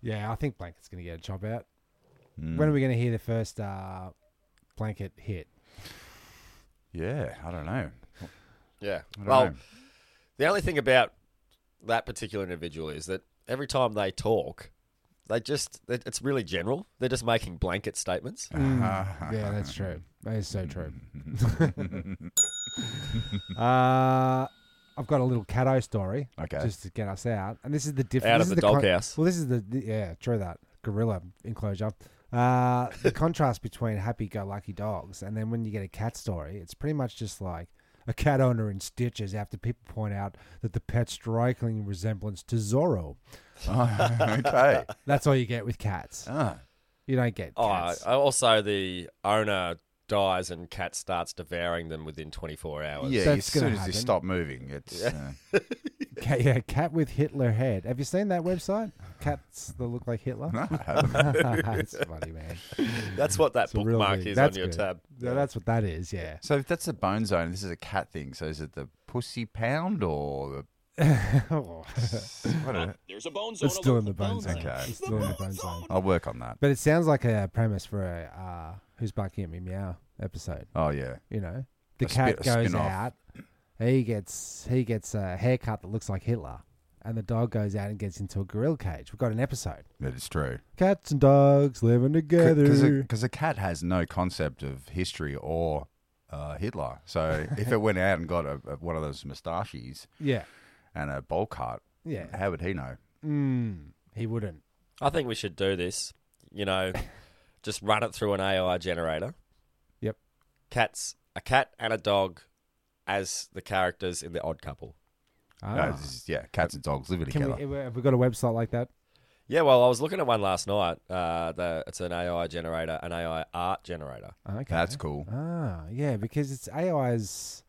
[SPEAKER 4] Yeah, I think blanket's gonna get a chop out.
[SPEAKER 2] Hmm.
[SPEAKER 4] When are we gonna hear the first uh, blanket hit?
[SPEAKER 2] Yeah, I don't know.
[SPEAKER 3] Yeah.
[SPEAKER 2] don't
[SPEAKER 3] Well,
[SPEAKER 2] know.
[SPEAKER 3] the only thing about that particular individual is that every time they talk, they just it- it's really general. They're just making blanket statements.
[SPEAKER 2] Ah,
[SPEAKER 4] Yeah, that's true. That is so true. uh, I've got a little catto story.
[SPEAKER 2] Okay.
[SPEAKER 4] Just to get us out, and this is the difference.
[SPEAKER 3] Out of the doghouse.
[SPEAKER 4] well, this is the, the yeah, true that gorilla enclosure. Uh, the contrast between happy-go-lucky dogs, and then when you get a cat story, it's pretty much just like a cat owner in stitches after people point out that the pet's striking resemblance to Zorro.
[SPEAKER 2] okay.
[SPEAKER 4] That's all you get with cats.
[SPEAKER 2] Ah,
[SPEAKER 4] You don't get
[SPEAKER 3] Uh, Oh,
[SPEAKER 4] cats.
[SPEAKER 3] also the owner dies and cat starts devouring them within 24 hours.
[SPEAKER 2] yeah,
[SPEAKER 4] That's
[SPEAKER 2] as soon
[SPEAKER 4] gonna
[SPEAKER 2] as they
[SPEAKER 4] happen.
[SPEAKER 2] stop moving, it's uh,
[SPEAKER 4] Cat, yeah, cat with Hitler head. Have you seen that website? Cats that look like
[SPEAKER 2] uh,
[SPEAKER 4] Hitler. it's funny, man.
[SPEAKER 3] That's what that
[SPEAKER 4] It's a real
[SPEAKER 3] bookmark
[SPEAKER 4] thing.
[SPEAKER 3] is
[SPEAKER 4] That's
[SPEAKER 3] on your
[SPEAKER 4] good.
[SPEAKER 3] tab.
[SPEAKER 4] Yeah, that's what that is. Yeah.
[SPEAKER 2] so. If that's a bone zone, this is a cat thing. So is it the pussy pound or
[SPEAKER 4] Oh,
[SPEAKER 2] I don't know.
[SPEAKER 5] There's a bone zone.
[SPEAKER 4] it's still in the
[SPEAKER 5] local
[SPEAKER 4] bone zone.
[SPEAKER 2] Okay.
[SPEAKER 4] It's still in the bone zone.
[SPEAKER 2] I'll work on that.
[SPEAKER 4] But it sounds like a premise for a uh, "Who's Barking at Me Meow" episode.
[SPEAKER 2] Oh yeah.
[SPEAKER 4] You know, the
[SPEAKER 2] A spi-
[SPEAKER 4] cat
[SPEAKER 2] a
[SPEAKER 4] goes
[SPEAKER 2] spin-off.
[SPEAKER 4] out. He gets he gets a haircut that looks like Hitler, and the dog goes out and gets into a gorilla cage. We've got an episode.
[SPEAKER 2] That is true.
[SPEAKER 4] Cats and dogs living together.
[SPEAKER 2] Because a, 'cause a cat has no concept of history or uh, Hitler. So if it went out and got a, a, one of those moustaches
[SPEAKER 4] yeah,
[SPEAKER 2] and a bowl cut,
[SPEAKER 4] yeah.
[SPEAKER 2] how would he know?
[SPEAKER 4] Mm, he wouldn't.
[SPEAKER 3] I think we should do this. You know, just run it through an AI generator.
[SPEAKER 4] Yep.
[SPEAKER 3] Cats, a cat and a dog as the characters in The Odd Couple.
[SPEAKER 2] No,
[SPEAKER 4] Ah.
[SPEAKER 2] this is- yeah, cats and dogs living
[SPEAKER 4] Can
[SPEAKER 2] together.
[SPEAKER 4] we, eh, have we got a website like that?
[SPEAKER 3] Yeah, well, I was looking at one last night. Uh, the, it's an AI generator, an AI art generator.
[SPEAKER 4] Okay.
[SPEAKER 2] That's cool.
[SPEAKER 4] Ah, yeah, because it's AI's.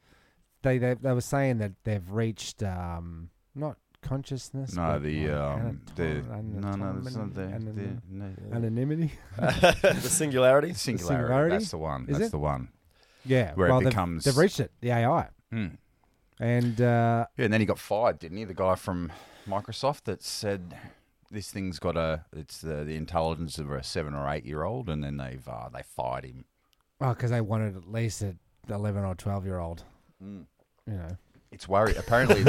[SPEAKER 4] They they they were saying that they've reached um not consciousness.
[SPEAKER 2] No,
[SPEAKER 4] but,
[SPEAKER 2] the
[SPEAKER 4] like,
[SPEAKER 2] um, the
[SPEAKER 4] anatom-
[SPEAKER 2] no, no, that's not the,
[SPEAKER 4] anatomy-
[SPEAKER 2] the no.
[SPEAKER 4] anonymity.
[SPEAKER 3] the singularity.
[SPEAKER 2] singularity.
[SPEAKER 4] singularity?
[SPEAKER 2] That's the one.
[SPEAKER 4] Is
[SPEAKER 2] that's
[SPEAKER 4] it?
[SPEAKER 2] the one.
[SPEAKER 4] Yeah,
[SPEAKER 2] Where it
[SPEAKER 4] well, they've-
[SPEAKER 2] becomes-
[SPEAKER 4] they've, reached it. The AI
[SPEAKER 2] Mm.
[SPEAKER 4] and uh,
[SPEAKER 2] Yeah, and then he got fired, didn't he? The guy from Microsoft that said this thing's got a it's the, the intelligence of a seven or eight year old, and then they've uh, they fired him.
[SPEAKER 4] oh, because they wanted at least an eleven or twelve year old.
[SPEAKER 2] Mm.
[SPEAKER 4] You know,
[SPEAKER 2] It's worried. Apparently,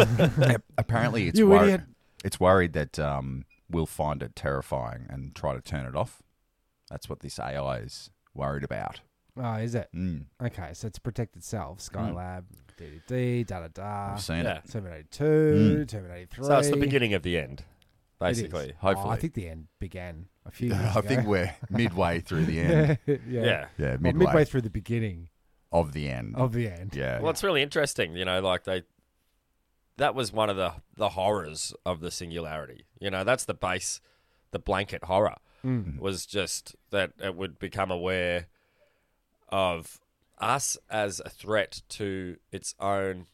[SPEAKER 2] apparently it's
[SPEAKER 4] You
[SPEAKER 2] worried.
[SPEAKER 4] idiot.
[SPEAKER 2] It's worried that um, we'll find it terrifying and try to turn it off. That's what this AI is worried about.
[SPEAKER 4] oh, is it
[SPEAKER 2] Mm.
[SPEAKER 4] okay? So it's protect itself. Skylab,
[SPEAKER 2] Hmm.
[SPEAKER 4] DDD, da da da.
[SPEAKER 2] I've seen
[SPEAKER 3] yeah.
[SPEAKER 2] it.
[SPEAKER 4] Terminator
[SPEAKER 2] Hmm.
[SPEAKER 4] Two, Terminator Three.
[SPEAKER 3] So it's the beginning of the end,
[SPEAKER 4] It is.
[SPEAKER 3] basically.
[SPEAKER 4] Oh,
[SPEAKER 2] Hopefully,
[SPEAKER 4] I think the end began a few. Years
[SPEAKER 2] I
[SPEAKER 4] ago.
[SPEAKER 2] think we're midway through the end.
[SPEAKER 4] yeah.
[SPEAKER 3] Yeah.
[SPEAKER 2] Yeah,
[SPEAKER 4] Well,
[SPEAKER 2] midway,
[SPEAKER 4] midway. through the beginning
[SPEAKER 2] of the end.
[SPEAKER 4] of the end.
[SPEAKER 2] yeah,
[SPEAKER 3] Well, it's really interesting, you know, like they that was one of the the horrors of the singularity. You know, that's the base the blanket horror
[SPEAKER 2] Mm.
[SPEAKER 3] was just that it would become aware of us as a threat to its own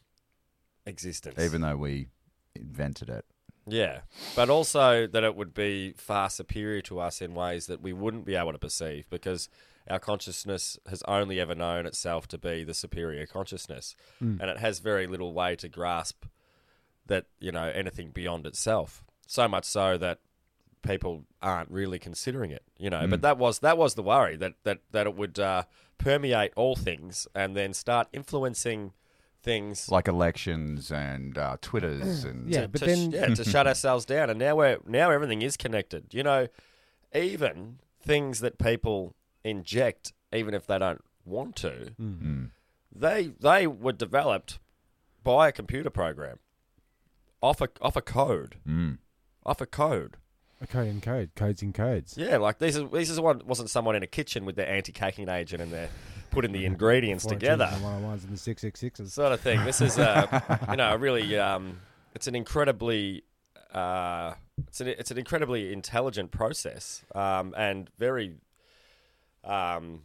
[SPEAKER 3] existence.
[SPEAKER 2] even though we invented it.
[SPEAKER 3] yeah. But also that it would be far superior to us in ways that we wouldn't be able to perceive because our consciousness has only ever known itself to be the superior consciousness and it has very little way to grasp that you know anything beyond itself so much so that people aren't really considering it you know but that was that was the worry that that that it would uh, permeate all things and then start influencing things
[SPEAKER 2] like elections and uh, Twitters and
[SPEAKER 4] Yeah.
[SPEAKER 3] to-
[SPEAKER 4] but
[SPEAKER 3] to
[SPEAKER 4] then-
[SPEAKER 3] sh- Oh, yeah, to shut ourselves down. And now we're now everything is connected. You know, even things that people inject, even if they don't want to,
[SPEAKER 4] Mm.
[SPEAKER 3] they they were developed by a computer program, off a off a code,
[SPEAKER 2] Mm.
[SPEAKER 3] off a code.
[SPEAKER 4] A code in code, codes in codes.
[SPEAKER 3] Yeah, like this is this is one wasn't someone in a kitchen with their anti-caking agent and they're putting the ingredients together.
[SPEAKER 4] The one on ones and the six six sixes.
[SPEAKER 3] sort of thing. This is a you know a really um, it's an incredibly uh, it's an it's an incredibly intelligent process um, and very um,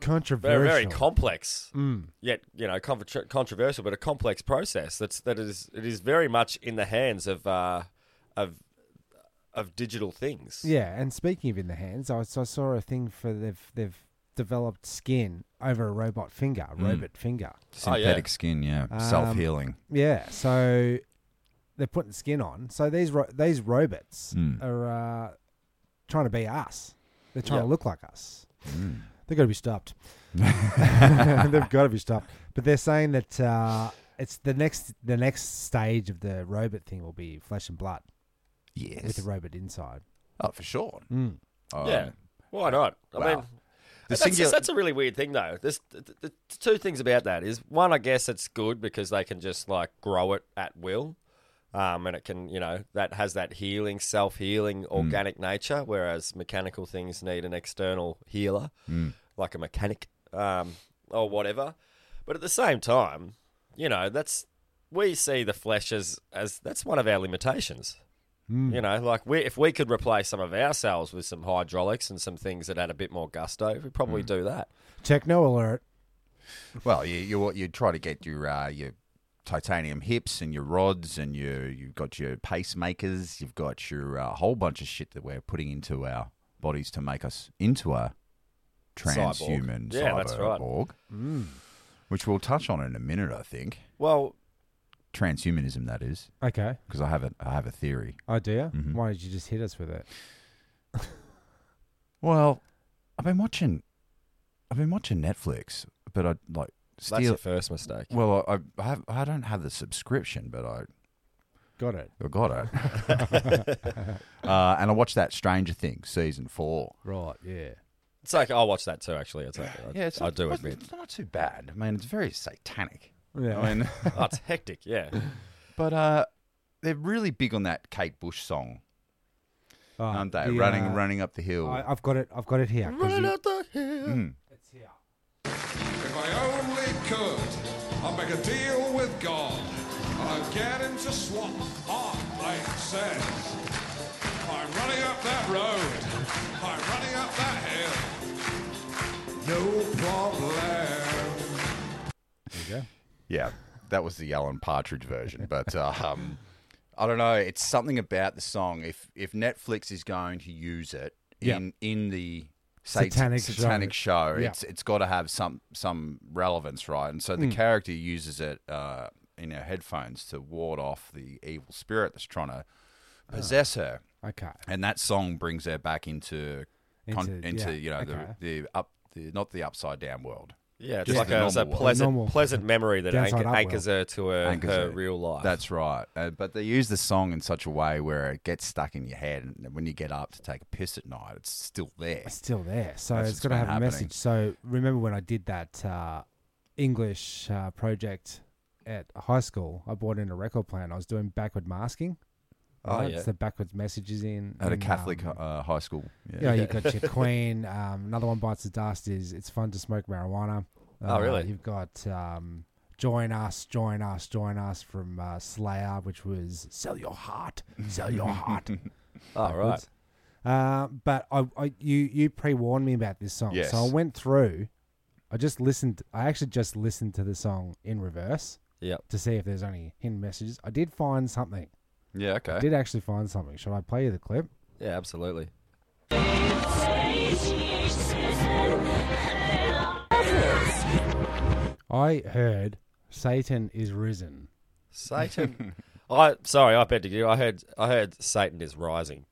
[SPEAKER 4] Controversial.
[SPEAKER 3] very very complex
[SPEAKER 4] Mm.
[SPEAKER 3] yet you know contro- controversial but a complex process that's that is it is very much in the hands of uh, of of digital things.
[SPEAKER 4] Yeah, and speaking of in the hands, I, s- I saw a thing for they've they've developed skin over a robot finger,
[SPEAKER 2] Hmm.
[SPEAKER 4] a robot finger.
[SPEAKER 3] Oh, yeah.
[SPEAKER 2] synthetic skin, yeah,
[SPEAKER 4] Um,
[SPEAKER 2] self healing.
[SPEAKER 4] Yeah, so they're putting skin on. So these ro- these robots
[SPEAKER 2] Mm.
[SPEAKER 4] are uh, trying to be us. They're trying to
[SPEAKER 3] Yeah.
[SPEAKER 4] look like us.
[SPEAKER 2] Hmm.
[SPEAKER 4] They've got to be stopped. They've got to be stopped. But they're saying that uh, it's the next the next stage of the robot thing will be flesh and blood with
[SPEAKER 2] Yes,
[SPEAKER 4] the robot inside.
[SPEAKER 2] oh for sure.
[SPEAKER 4] Mm.
[SPEAKER 2] Um,
[SPEAKER 3] Yeah. Why not? I
[SPEAKER 2] wow.
[SPEAKER 3] mean,
[SPEAKER 2] The
[SPEAKER 3] that's,
[SPEAKER 2] singular-
[SPEAKER 3] that's a really weird thing, though. There's the, the, the two things about that is one, I guess it's good because they can just like grow it at will, um, and it can, you know, that has that healing, self healing,
[SPEAKER 2] Hmm.
[SPEAKER 3] organic nature, whereas mechanical things need an external healer,
[SPEAKER 2] Hmm.
[SPEAKER 3] like a mechanic um, or whatever. But at the same time, you know, that's we see the flesh as as that's one of our limitations.
[SPEAKER 2] Hmm.
[SPEAKER 3] You know, like we, if we could replace some of ourselves with some hydraulics and some things that had a bit more gusto, we'd probably
[SPEAKER 2] Hmm.
[SPEAKER 3] do that.
[SPEAKER 4] Techno alert.
[SPEAKER 2] Well, you you you try to get your uh, your titanium hips and your rods and your you've got your pacemakers. You've got your uh, whole bunch of shit that we're putting into our bodies to make us into a transhuman
[SPEAKER 3] Yeah, that's right.
[SPEAKER 2] cyborg. which we'll touch on in a minute, I think.
[SPEAKER 3] Well,
[SPEAKER 2] Transhumanism, that is,
[SPEAKER 4] Okay.
[SPEAKER 2] because I have a, I have a theory.
[SPEAKER 4] Oh, do you?
[SPEAKER 2] Mhm.
[SPEAKER 4] Why did you just hit us with it?
[SPEAKER 2] Well, I've been watching, I've been watching Netflix, but I like
[SPEAKER 3] that's
[SPEAKER 2] steal.
[SPEAKER 3] your first mistake.
[SPEAKER 2] Well, I, I have, I don't have the subscription, but I,
[SPEAKER 4] Got it.
[SPEAKER 2] I got it. eh? uh, and I watched that Stranger Things season four.
[SPEAKER 4] Right. Yeah.
[SPEAKER 3] It's like I'll watch that too. Actually, it's like, I,
[SPEAKER 2] Yeah, it's
[SPEAKER 3] I
[SPEAKER 2] not,
[SPEAKER 3] do
[SPEAKER 2] it's
[SPEAKER 3] admit
[SPEAKER 2] It's not too bad. I mean, it's very satanic.
[SPEAKER 4] Yeah.
[SPEAKER 2] I mean,
[SPEAKER 3] oh, it's hectic. Yeah,
[SPEAKER 2] but uh, they're really big on that Kate Bush song,
[SPEAKER 4] Oh,
[SPEAKER 2] aren't they?
[SPEAKER 4] the,
[SPEAKER 2] running,
[SPEAKER 4] uh,
[SPEAKER 2] running up the hill.
[SPEAKER 4] I, I've got it. I've got it here. 'cause you-
[SPEAKER 2] Mm.
[SPEAKER 4] It's here.
[SPEAKER 5] If I only could, I'd make a deal with God. I'd get him to swap our places. I'm running up that road. I'm running up that hill. No problem.
[SPEAKER 4] There you
[SPEAKER 2] Yeah, that was the Alan Partridge version. But um, I don't know. It's something about the song. If if Netflix is going to use it
[SPEAKER 4] Yeah.
[SPEAKER 2] in in the sat-
[SPEAKER 4] Satanic show.
[SPEAKER 2] satanic show,
[SPEAKER 4] Yeah.
[SPEAKER 2] it's it's got to have some some relevance, right? And so
[SPEAKER 4] Hmm.
[SPEAKER 2] the character uses it uh, in her headphones to ward off the evil spirit that's trying to
[SPEAKER 4] Ah.
[SPEAKER 2] possess her.
[SPEAKER 4] go. Okay.
[SPEAKER 2] And that song brings her back into con- into,
[SPEAKER 4] Into- yeah,
[SPEAKER 2] you know
[SPEAKER 4] okay.
[SPEAKER 2] the the up the not the upside down world.
[SPEAKER 3] yeah. It's
[SPEAKER 2] Just
[SPEAKER 3] like
[SPEAKER 2] the
[SPEAKER 3] a, it's a
[SPEAKER 2] normal one.
[SPEAKER 3] pleasant,
[SPEAKER 4] Normal.
[SPEAKER 3] pleasant memory that
[SPEAKER 4] Downside
[SPEAKER 3] anch-
[SPEAKER 4] up
[SPEAKER 3] anchors her to her,
[SPEAKER 2] Anchors
[SPEAKER 3] her
[SPEAKER 2] her.
[SPEAKER 3] real life.
[SPEAKER 2] That's right. Uh, but they use the song in such a way where it gets stuck in your head, and when you get up to take a piss at night, it's still there.
[SPEAKER 4] It's still there. So
[SPEAKER 2] That's
[SPEAKER 4] it's
[SPEAKER 2] what's
[SPEAKER 4] got to
[SPEAKER 2] been
[SPEAKER 4] have
[SPEAKER 2] happening.
[SPEAKER 4] a message. So remember when I did that uh, English uh, project at high school? I brought in a record player and I was doing backward masking.
[SPEAKER 3] Oh,
[SPEAKER 4] right?
[SPEAKER 3] yeah.
[SPEAKER 4] It's the backwards messages in.
[SPEAKER 2] At a
[SPEAKER 4] in,
[SPEAKER 2] Catholic
[SPEAKER 4] um,
[SPEAKER 2] uh, high school, yeah.
[SPEAKER 4] you know, you've got your Queen. Um, another one bites the dust is it's fun to smoke marijuana.
[SPEAKER 3] Oh,
[SPEAKER 4] Uh,
[SPEAKER 3] really?
[SPEAKER 4] You've got um, join us, join us, join us from uh, Slayer, which was sell your heart, sell your heart.
[SPEAKER 3] oh, right.
[SPEAKER 4] backwards. Uh, but I, I, you, you pre-warned me about this song,
[SPEAKER 2] Yes.
[SPEAKER 4] so I went through. I just listened. I actually just listened to the song in reverse
[SPEAKER 3] Yep.
[SPEAKER 4] to see if there's any hidden messages. I did find something.
[SPEAKER 2] yeah, okay.
[SPEAKER 4] I did actually find something. Should I play you the clip?
[SPEAKER 3] Yeah, absolutely.
[SPEAKER 4] I heard Satan is risen.
[SPEAKER 3] Satan. I sorry, I bet you. I heard. I heard Satan is rising.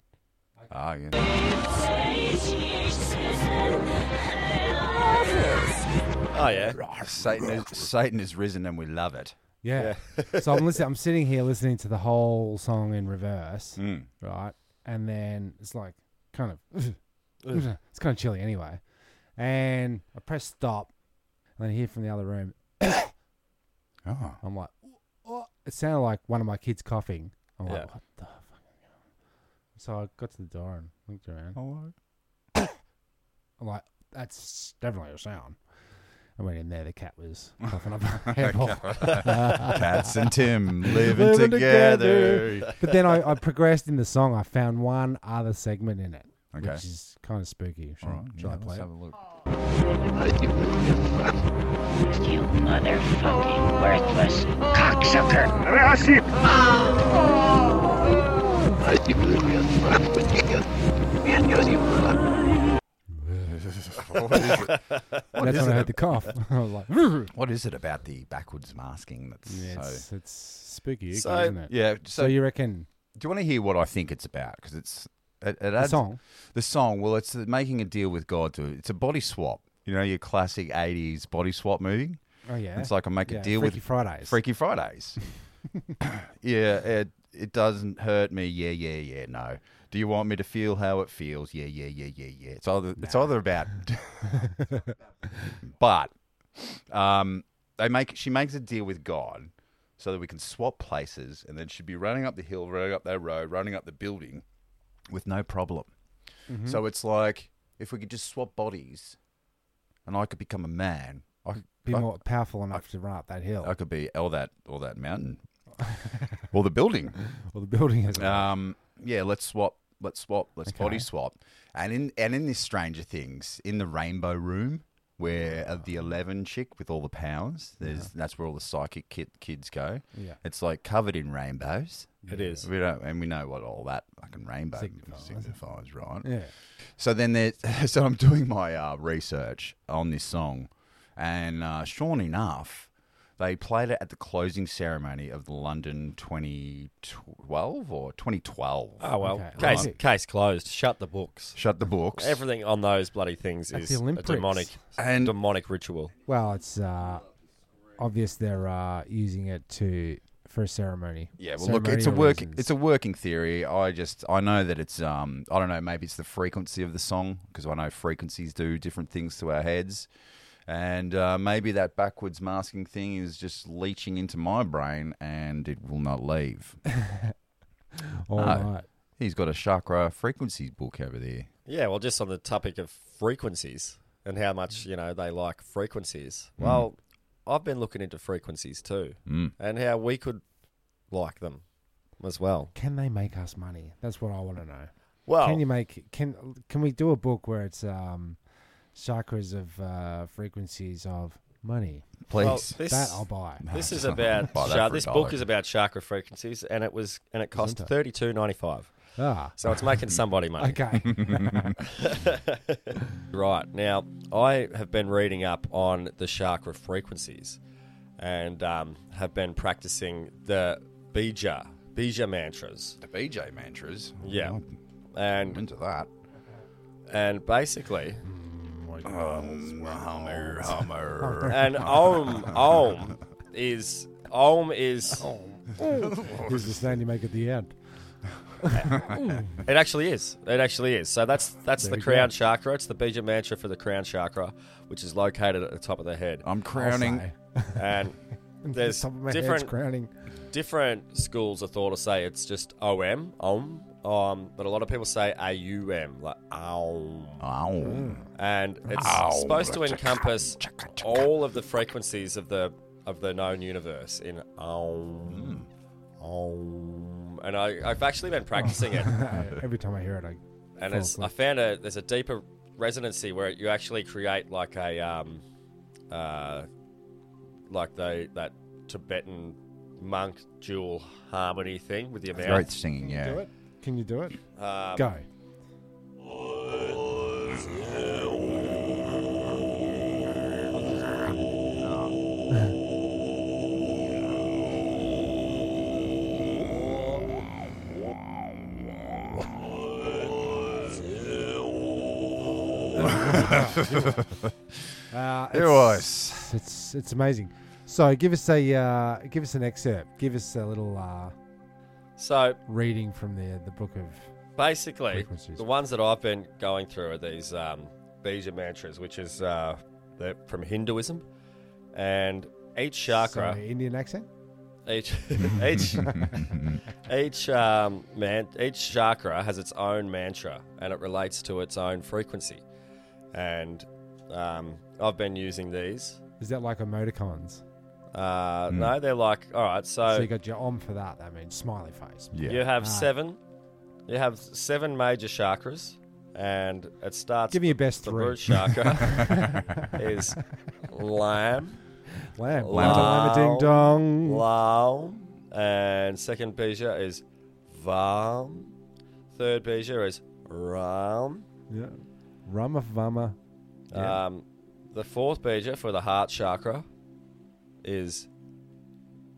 [SPEAKER 2] Ah, yeah.
[SPEAKER 3] Oh yeah.
[SPEAKER 2] Satan, is, Satan is risen, and we love it.
[SPEAKER 4] Yeah. so I'm listening. I'm sitting here listening to the whole song in reverse,
[SPEAKER 2] Mm.
[SPEAKER 4] right? And then it's like kind of it's kind of chilly anyway. And I press stop, and then I hear from the other room.
[SPEAKER 2] Oh,
[SPEAKER 4] I'm like, "Oh," it sounded like one of my kids coughing. I'm
[SPEAKER 3] Yeah.
[SPEAKER 4] like, what the fuck? So I got to the door and looked around.
[SPEAKER 2] hello.
[SPEAKER 4] I'm like, that's definitely a sound. I went in there. The cat was coughing up a hairball.
[SPEAKER 2] Cats and Tim living,
[SPEAKER 4] Living
[SPEAKER 2] together.
[SPEAKER 4] But then I, I progressed in the song. I found one other segment in it,
[SPEAKER 2] Okay.
[SPEAKER 4] which is kind of spooky. Should,
[SPEAKER 2] All right,
[SPEAKER 4] should
[SPEAKER 2] yeah,
[SPEAKER 4] I
[SPEAKER 2] let's
[SPEAKER 4] play it?
[SPEAKER 2] have a look.
[SPEAKER 6] You motherfucking worthless cocksucker.
[SPEAKER 2] What
[SPEAKER 4] That's
[SPEAKER 2] is
[SPEAKER 4] when I
[SPEAKER 2] it?
[SPEAKER 4] heard the cough. I was like, "Vroom."
[SPEAKER 2] What is it about the backwards masking that's
[SPEAKER 4] yeah,
[SPEAKER 2] so?
[SPEAKER 4] it's, it's spooky,
[SPEAKER 3] So-
[SPEAKER 4] isn't it?
[SPEAKER 2] Yeah.
[SPEAKER 4] So,
[SPEAKER 2] So,
[SPEAKER 4] you reckon
[SPEAKER 2] do you want to hear what I think it's about? Because it's it, it
[SPEAKER 4] the
[SPEAKER 2] adds,
[SPEAKER 4] song?
[SPEAKER 2] The song, well, it's making a deal with God to It's a body swap. You know, your classic 80s body swap movie.
[SPEAKER 4] Oh yeah,
[SPEAKER 2] It's like I make
[SPEAKER 4] yeah,
[SPEAKER 2] a deal
[SPEAKER 4] Freaky
[SPEAKER 2] with
[SPEAKER 4] Fridays.
[SPEAKER 2] Freaky Fridays. yeah, it, it doesn't hurt me. Yeah, yeah, yeah, no. Do you want me to feel how it feels? Yeah, yeah, yeah, yeah, yeah. It's either, it's either about. but um, they make she makes a deal with God so that we can swap places and then she'd be running up the hill, running up that road, running up the building with no problem. So it's like if we could just swap bodies and I could become a man, I could
[SPEAKER 4] Be
[SPEAKER 2] I-
[SPEAKER 4] more powerful enough to run up that hill
[SPEAKER 2] I could be all that or that mountain or the building.
[SPEAKER 4] or the building. As well.
[SPEAKER 2] Um, yeah, let's swap. Let's swap. Let's body
[SPEAKER 4] Okay.
[SPEAKER 2] swap. And in and in this Stranger Things, in the Rainbow Room, where uh, the Eleven chick with all the powers, there's that's where all the psychic ki- kids go.
[SPEAKER 4] Yeah.
[SPEAKER 2] it's like covered in rainbows.
[SPEAKER 3] It is.
[SPEAKER 2] We don't, and we know what all that fucking rainbow
[SPEAKER 4] Signifies.
[SPEAKER 2] signifies right?
[SPEAKER 4] yeah,
[SPEAKER 2] So then there, so I'm doing my uh, research on this song, And uh, sure enough, they played it at the closing ceremony of the London 2012 or 2012.
[SPEAKER 3] Oh well,
[SPEAKER 4] Okay,
[SPEAKER 3] case
[SPEAKER 4] alright.
[SPEAKER 3] case closed. Shut the books.
[SPEAKER 2] Shut the books.
[SPEAKER 3] Everything on those bloody things
[SPEAKER 4] That's
[SPEAKER 3] is
[SPEAKER 4] the
[SPEAKER 3] a
[SPEAKER 4] Olympics.
[SPEAKER 3] demonic
[SPEAKER 2] And-
[SPEAKER 3] demonic ritual.
[SPEAKER 4] Well, it's uh, obvious they're uh, using it to for a ceremony.
[SPEAKER 2] Yeah, well, look, it's a work, it's a working theory. I just, I know that it's, um, I don't know, maybe it's the frequency of the song because I know frequencies do different things to our heads, and uh, maybe that backwards masking thing is just leaching into my brain and it will not leave.
[SPEAKER 4] All
[SPEAKER 2] no.
[SPEAKER 4] right.
[SPEAKER 2] He's got a chakra frequencies book over there.
[SPEAKER 3] Yeah, well, just on the topic of frequencies and how much you know they like frequencies. Well, I've been looking into frequencies too,
[SPEAKER 2] Mm.
[SPEAKER 3] and how we could like them as well.
[SPEAKER 4] Can they make us money? That's what I want to know.
[SPEAKER 3] Well,
[SPEAKER 4] Can you make can can we do a book where it's um, chakras of uh, frequencies of money?
[SPEAKER 2] Please.
[SPEAKER 3] well, this
[SPEAKER 4] That I'll buy.
[SPEAKER 3] this is about
[SPEAKER 2] Buy that
[SPEAKER 3] cha-
[SPEAKER 2] for a
[SPEAKER 3] this
[SPEAKER 2] dollar.
[SPEAKER 3] book is about chakra frequencies, and it was and it cost
[SPEAKER 4] Isn't it?
[SPEAKER 3] thirty two ninety five.
[SPEAKER 4] Ah,
[SPEAKER 3] So it's making somebody money.
[SPEAKER 4] okay.
[SPEAKER 3] Right. Now, I have been reading up on the chakra frequencies and um, have been practicing the Bija, Bija mantras.
[SPEAKER 2] the BJ mantras.
[SPEAKER 3] Yeah.
[SPEAKER 2] I'm
[SPEAKER 3] And
[SPEAKER 2] into that.
[SPEAKER 3] and basically,
[SPEAKER 2] Hummer, hummer.
[SPEAKER 3] and Om, Om is, Om is,
[SPEAKER 4] Here's the sound you make at the end.
[SPEAKER 3] it actually is. It actually is. So that's that's
[SPEAKER 4] There
[SPEAKER 3] the
[SPEAKER 4] you
[SPEAKER 3] crown
[SPEAKER 4] go.
[SPEAKER 3] chakra. It's the Bija mantra for the crown chakra, which is located at the top of the head.
[SPEAKER 2] I'm crowning.
[SPEAKER 4] Say.
[SPEAKER 3] And there's
[SPEAKER 4] Top of my head's
[SPEAKER 3] different
[SPEAKER 4] crowning.
[SPEAKER 3] different schools of thought will say it's just OM, OM, um, but a lot of people say AUM, like OM.
[SPEAKER 2] Oh, Ow.
[SPEAKER 4] Mm.
[SPEAKER 3] And it's supposed to encompass all of the frequencies of the of the known universe in OM. OM. And I, I've actually been practicing it.
[SPEAKER 4] Every time I hear it, I
[SPEAKER 3] And
[SPEAKER 4] fall
[SPEAKER 3] it's, I
[SPEAKER 4] asleep.
[SPEAKER 3] found a there's a deeper resonancy where you actually create like a um, uh, like the that Tibetan monk dual harmony thing with your mouth.
[SPEAKER 2] Great singing, yeah.
[SPEAKER 4] do it. Can you do it? Go. Uh,
[SPEAKER 2] It was.
[SPEAKER 4] It's it's amazing. So give us a uh, give us an excerpt. Give us a little uh,
[SPEAKER 3] So
[SPEAKER 4] reading from the the book of
[SPEAKER 3] basically,
[SPEAKER 4] Frequencies.
[SPEAKER 3] the ones that I've been going through are these um, Bija mantras, which is uh, they're from Hinduism, and each chakra.
[SPEAKER 4] sorry, Indian accent.
[SPEAKER 3] Each each each um, man each chakra has its own mantra and it relates to its own frequency. And um, I've been using these.
[SPEAKER 4] Is that like emoticons?
[SPEAKER 3] Uh, No, they're like all right. So,
[SPEAKER 4] Hmm. so you got your om for that. That means smiley face.
[SPEAKER 2] Yeah.
[SPEAKER 3] you have
[SPEAKER 4] Ah.
[SPEAKER 3] seven. You have seven major chakras, and it starts.
[SPEAKER 4] Give me your best
[SPEAKER 3] the
[SPEAKER 4] three.
[SPEAKER 3] root chakra is lamb,
[SPEAKER 4] Lamb, lamb, to lamb, ding dong.
[SPEAKER 3] Laum. And second bija is Vam. Third bija is Ram.
[SPEAKER 4] Yeah. Rama vama. Yeah.
[SPEAKER 3] Um, the fourth bija for the heart chakra is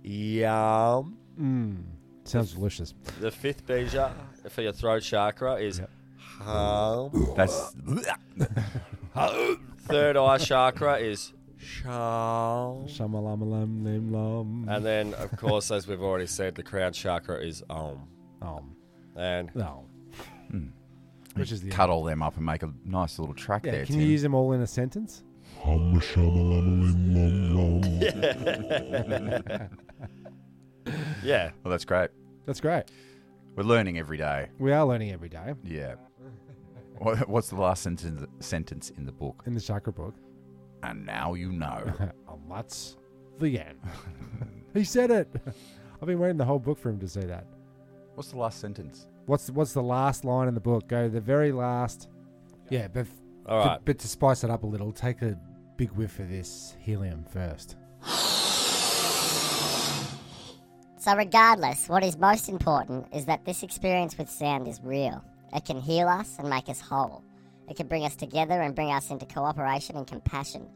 [SPEAKER 3] Yam.
[SPEAKER 4] Mm. Sounds delicious.
[SPEAKER 3] The fifth bija for your throat chakra is Ham.
[SPEAKER 2] That's.
[SPEAKER 3] Third eye chakra is Sham.
[SPEAKER 4] Shamalamalam lim lam.
[SPEAKER 3] And then, of course, as we've already said, the crown chakra is Om.
[SPEAKER 4] Om.
[SPEAKER 3] And
[SPEAKER 4] No. Which is the
[SPEAKER 2] Hmm. Cut all them up and make a nice little track
[SPEAKER 4] Yeah,
[SPEAKER 2] there,
[SPEAKER 4] can
[SPEAKER 2] Tim.
[SPEAKER 4] you use them all in a sentence?
[SPEAKER 3] yeah,
[SPEAKER 2] well, that's great.
[SPEAKER 4] That's great.
[SPEAKER 2] We're learning every day.
[SPEAKER 4] We are learning every day
[SPEAKER 2] Yeah. What- What's the last sentence sentence in the book?
[SPEAKER 4] in the chakra book.
[SPEAKER 2] And now you know.
[SPEAKER 4] and that's the end. he said it. I've been waiting the whole book for him to say that.
[SPEAKER 2] What's the last sentence?
[SPEAKER 4] What's what's the last line in the book? Go to the very last. Yeah, but
[SPEAKER 3] all right.
[SPEAKER 4] but, but to spice it up a little, take a big whiff of this helium first.
[SPEAKER 7] So, regardless, what is most important is that this experience with sound is real. It can heal us and make us whole. It can bring us together and bring us into cooperation and compassion.